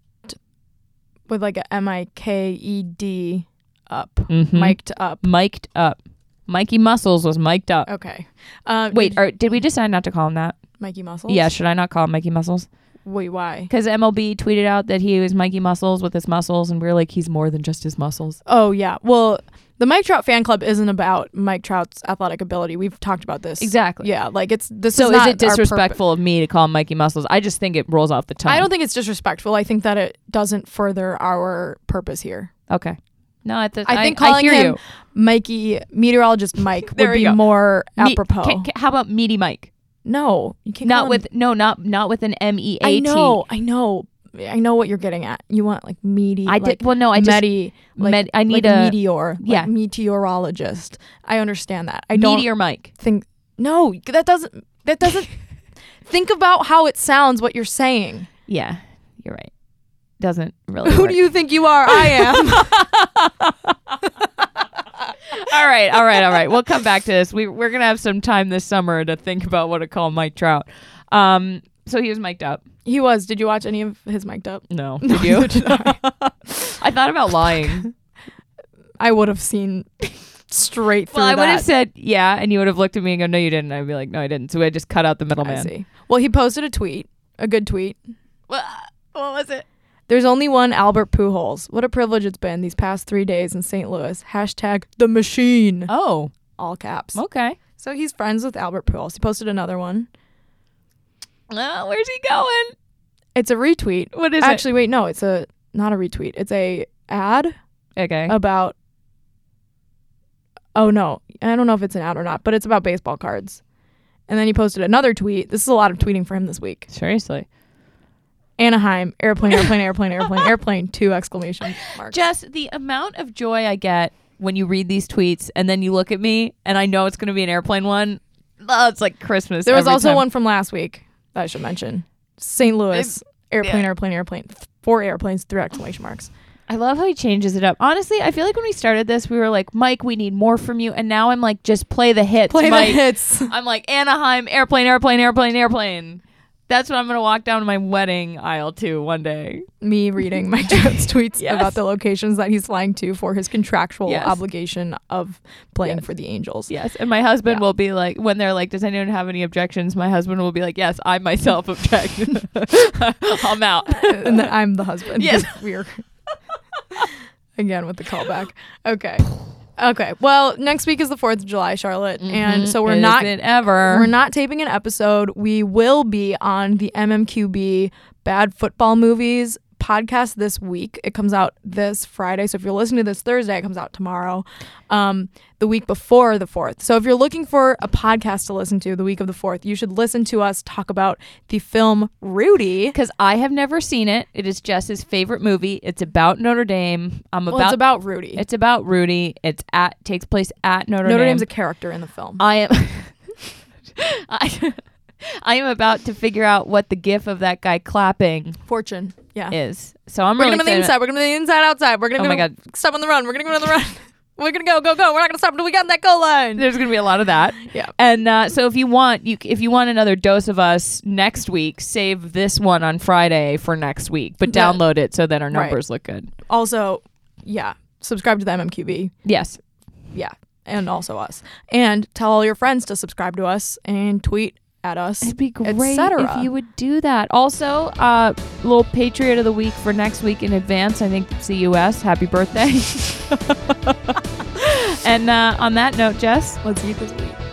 B: with like a M I K E D up?
A: Mhm.
B: Mic'd up.
A: mic'd up. Mikey Muscles was mic'd up.
B: Okay. Uh,
A: Wait,
B: did-
A: or did we decide not to call him that?
B: Mikey Muscles?
A: Yeah, should I not call him Mikey Muscles?
B: Wait, why?
A: Because MLB tweeted out that he was Mikey Muscles with his muscles, and we are like, he's more than just his muscles.
B: Oh, yeah. Well, the Mike Trout fan club isn't about Mike Trout's athletic ability. We've talked about this.
A: Exactly.
B: Yeah. Like it's this.
A: So
B: is,
A: is
B: not
A: it
B: our purpose.
A: disrespectful of me to call him Mikey Muscles? I just think it rolls off the tongue.
B: I don't think it's disrespectful. I think that it doesn't further our purpose here.
A: Okay. No, I, th-
B: I think calling
A: I hear
B: him Mikey, meteorologist Mike,
A: There
B: would
A: we
B: be
A: go.
B: more
A: you. Me-
B: apropos.
A: can- can- how about meaty Mike?
B: no, you can't. call
A: Not
B: him-
A: with no, not not with an M E A
B: I
A: T.
B: know, I know, I know what you're getting at. You want like meaty.
A: I
B: like,
A: did. Well, no, I just
B: medi- like,
A: med- I need
B: like
A: a
B: meteor. like
A: yeah.
B: meteorologist. I understand that. I don't
A: meteor Mike.
B: think. No, that doesn't. That doesn't. think about how it sounds. What you're saying.
A: Yeah, you're right. Doesn't really.
B: Who
A: work.
B: do you think you are? I am.
A: all right, all right, all right. We'll come back to this. We, we're going to have some time this summer to think about what to call Mike Trout. Um, so he was mic'd up.
B: he was. Did you watch any of his mic'd up?
A: No,
B: No,
A: did you?
B: did not.
A: I thought about lying.
B: I would have seen straight through
A: well, I would have
B: that.
A: said yeah, and you would have looked at me and go, "No, you didn't." I'd be like, "No, I didn't." So I just cut out the
B: I
A: middleman.
B: see. Well, he posted a tweet, a good tweet.
A: uh, What was it?
B: There's only one Albert Pujols. What a privilege it's been these past three days in St. Louis. Hashtag the machine.
A: Oh,
B: All caps.
A: okay.
B: So he's friends with Albert Pujols. He posted another one.
A: Uh, where's he going?
B: It's a retweet.
A: What is
B: Actually, wait, no, it's a not a retweet. It's a ad
A: it? Okay.
B: about. Oh no, I don't know if it's an ad or not, but it's about baseball cards. And then he posted another tweet. This is a lot of tweeting for him this week.
A: Seriously.
B: Anaheim, airplane, airplane, airplane, airplane, airplane, two exclamation marks.
A: Just the amount of joy I get when you read these tweets and then you look at me and I know it's going to be an airplane one. Oh, it's like Christmas.
B: There was
A: every
B: also
A: time.
B: one from last week that I should mention. St. Louis, airplane, airplane, airplane. Th- Four airplanes, three exclamation marks.
A: I love how he changes it up. Honestly, I feel like when we started this, we were like, Mike, we need more from you. And now I'm like, just play the hits. Mike.
B: hits.
A: I'm like, Anaheim, airplane, airplane, airplane, airplane. That's what I'm going to walk down my wedding aisle to one day.
B: Me reading Mike Trout's tweets
A: Yes.
B: about the locations that he's flying to for his contractual
A: Yes.
B: obligation of playing for the Angels.
A: Yes. And my husband
B: Yeah.
A: will be like, when they're like, does anyone have any objections? My husband will be like, yes, I myself object. I'm out.
B: and that I'm the husband.
A: Yes.
B: We're again with the callback. Okay. Okay. Well, next week is the 4th of July, Charlotte. And so we're
A: Is
B: not
A: Mm-hmm. it ever.
B: We're not taping an episode. We will be on the MMQB Bad Football Movies podcast this week. It comes out this Friday. So if you're listening to this Thursday, it comes out tomorrow, um, the week before the 4th. So if you're looking for a podcast to listen to the week of the 4th, you should listen to us talk about the film Rudy.
A: because I have never seen it. It is Jess's favorite movie. It's about Notre Dame. I'm
B: Well,
A: about
B: it's about Rudy.
A: It's about Rudy. It's at takes place at Notre,
B: Notre
A: Dame. Uh,
B: Dame's a character in the film.
A: I am. I, I am about to figure out what the gif of that guy clapping
B: Fortune. Yeah.
A: is. So I'm
B: We're
A: really
B: gonna be on the
A: excited.
B: inside. We're gonna be on the inside outside. We're gonna
A: Oh
B: go
A: my God.
B: stop on the run. We're gonna go on the run. We're gonna go, go, go. We're not gonna stop until we got in that goal line.
A: There's going to be a lot of that.
B: Yeah.
A: And uh, so if you want, you c- if you want another dose of us next week, save this one on Friday for next week, but
B: Yeah.
A: download it so that our
B: Right.
A: numbers look good.
B: also, yeah, subscribe to the MMQB.
A: Yes.
B: Yeah. And also us. And tell all your friends to subscribe to us and tweet at us.
A: It'd be
B: et
A: great
B: cetera.
A: if you would do that. Also, uh, little Patriot of the Week for next week in advance. I think CUS. Happy birthday. and uh, on that note, Jess,
B: Let's eat this week.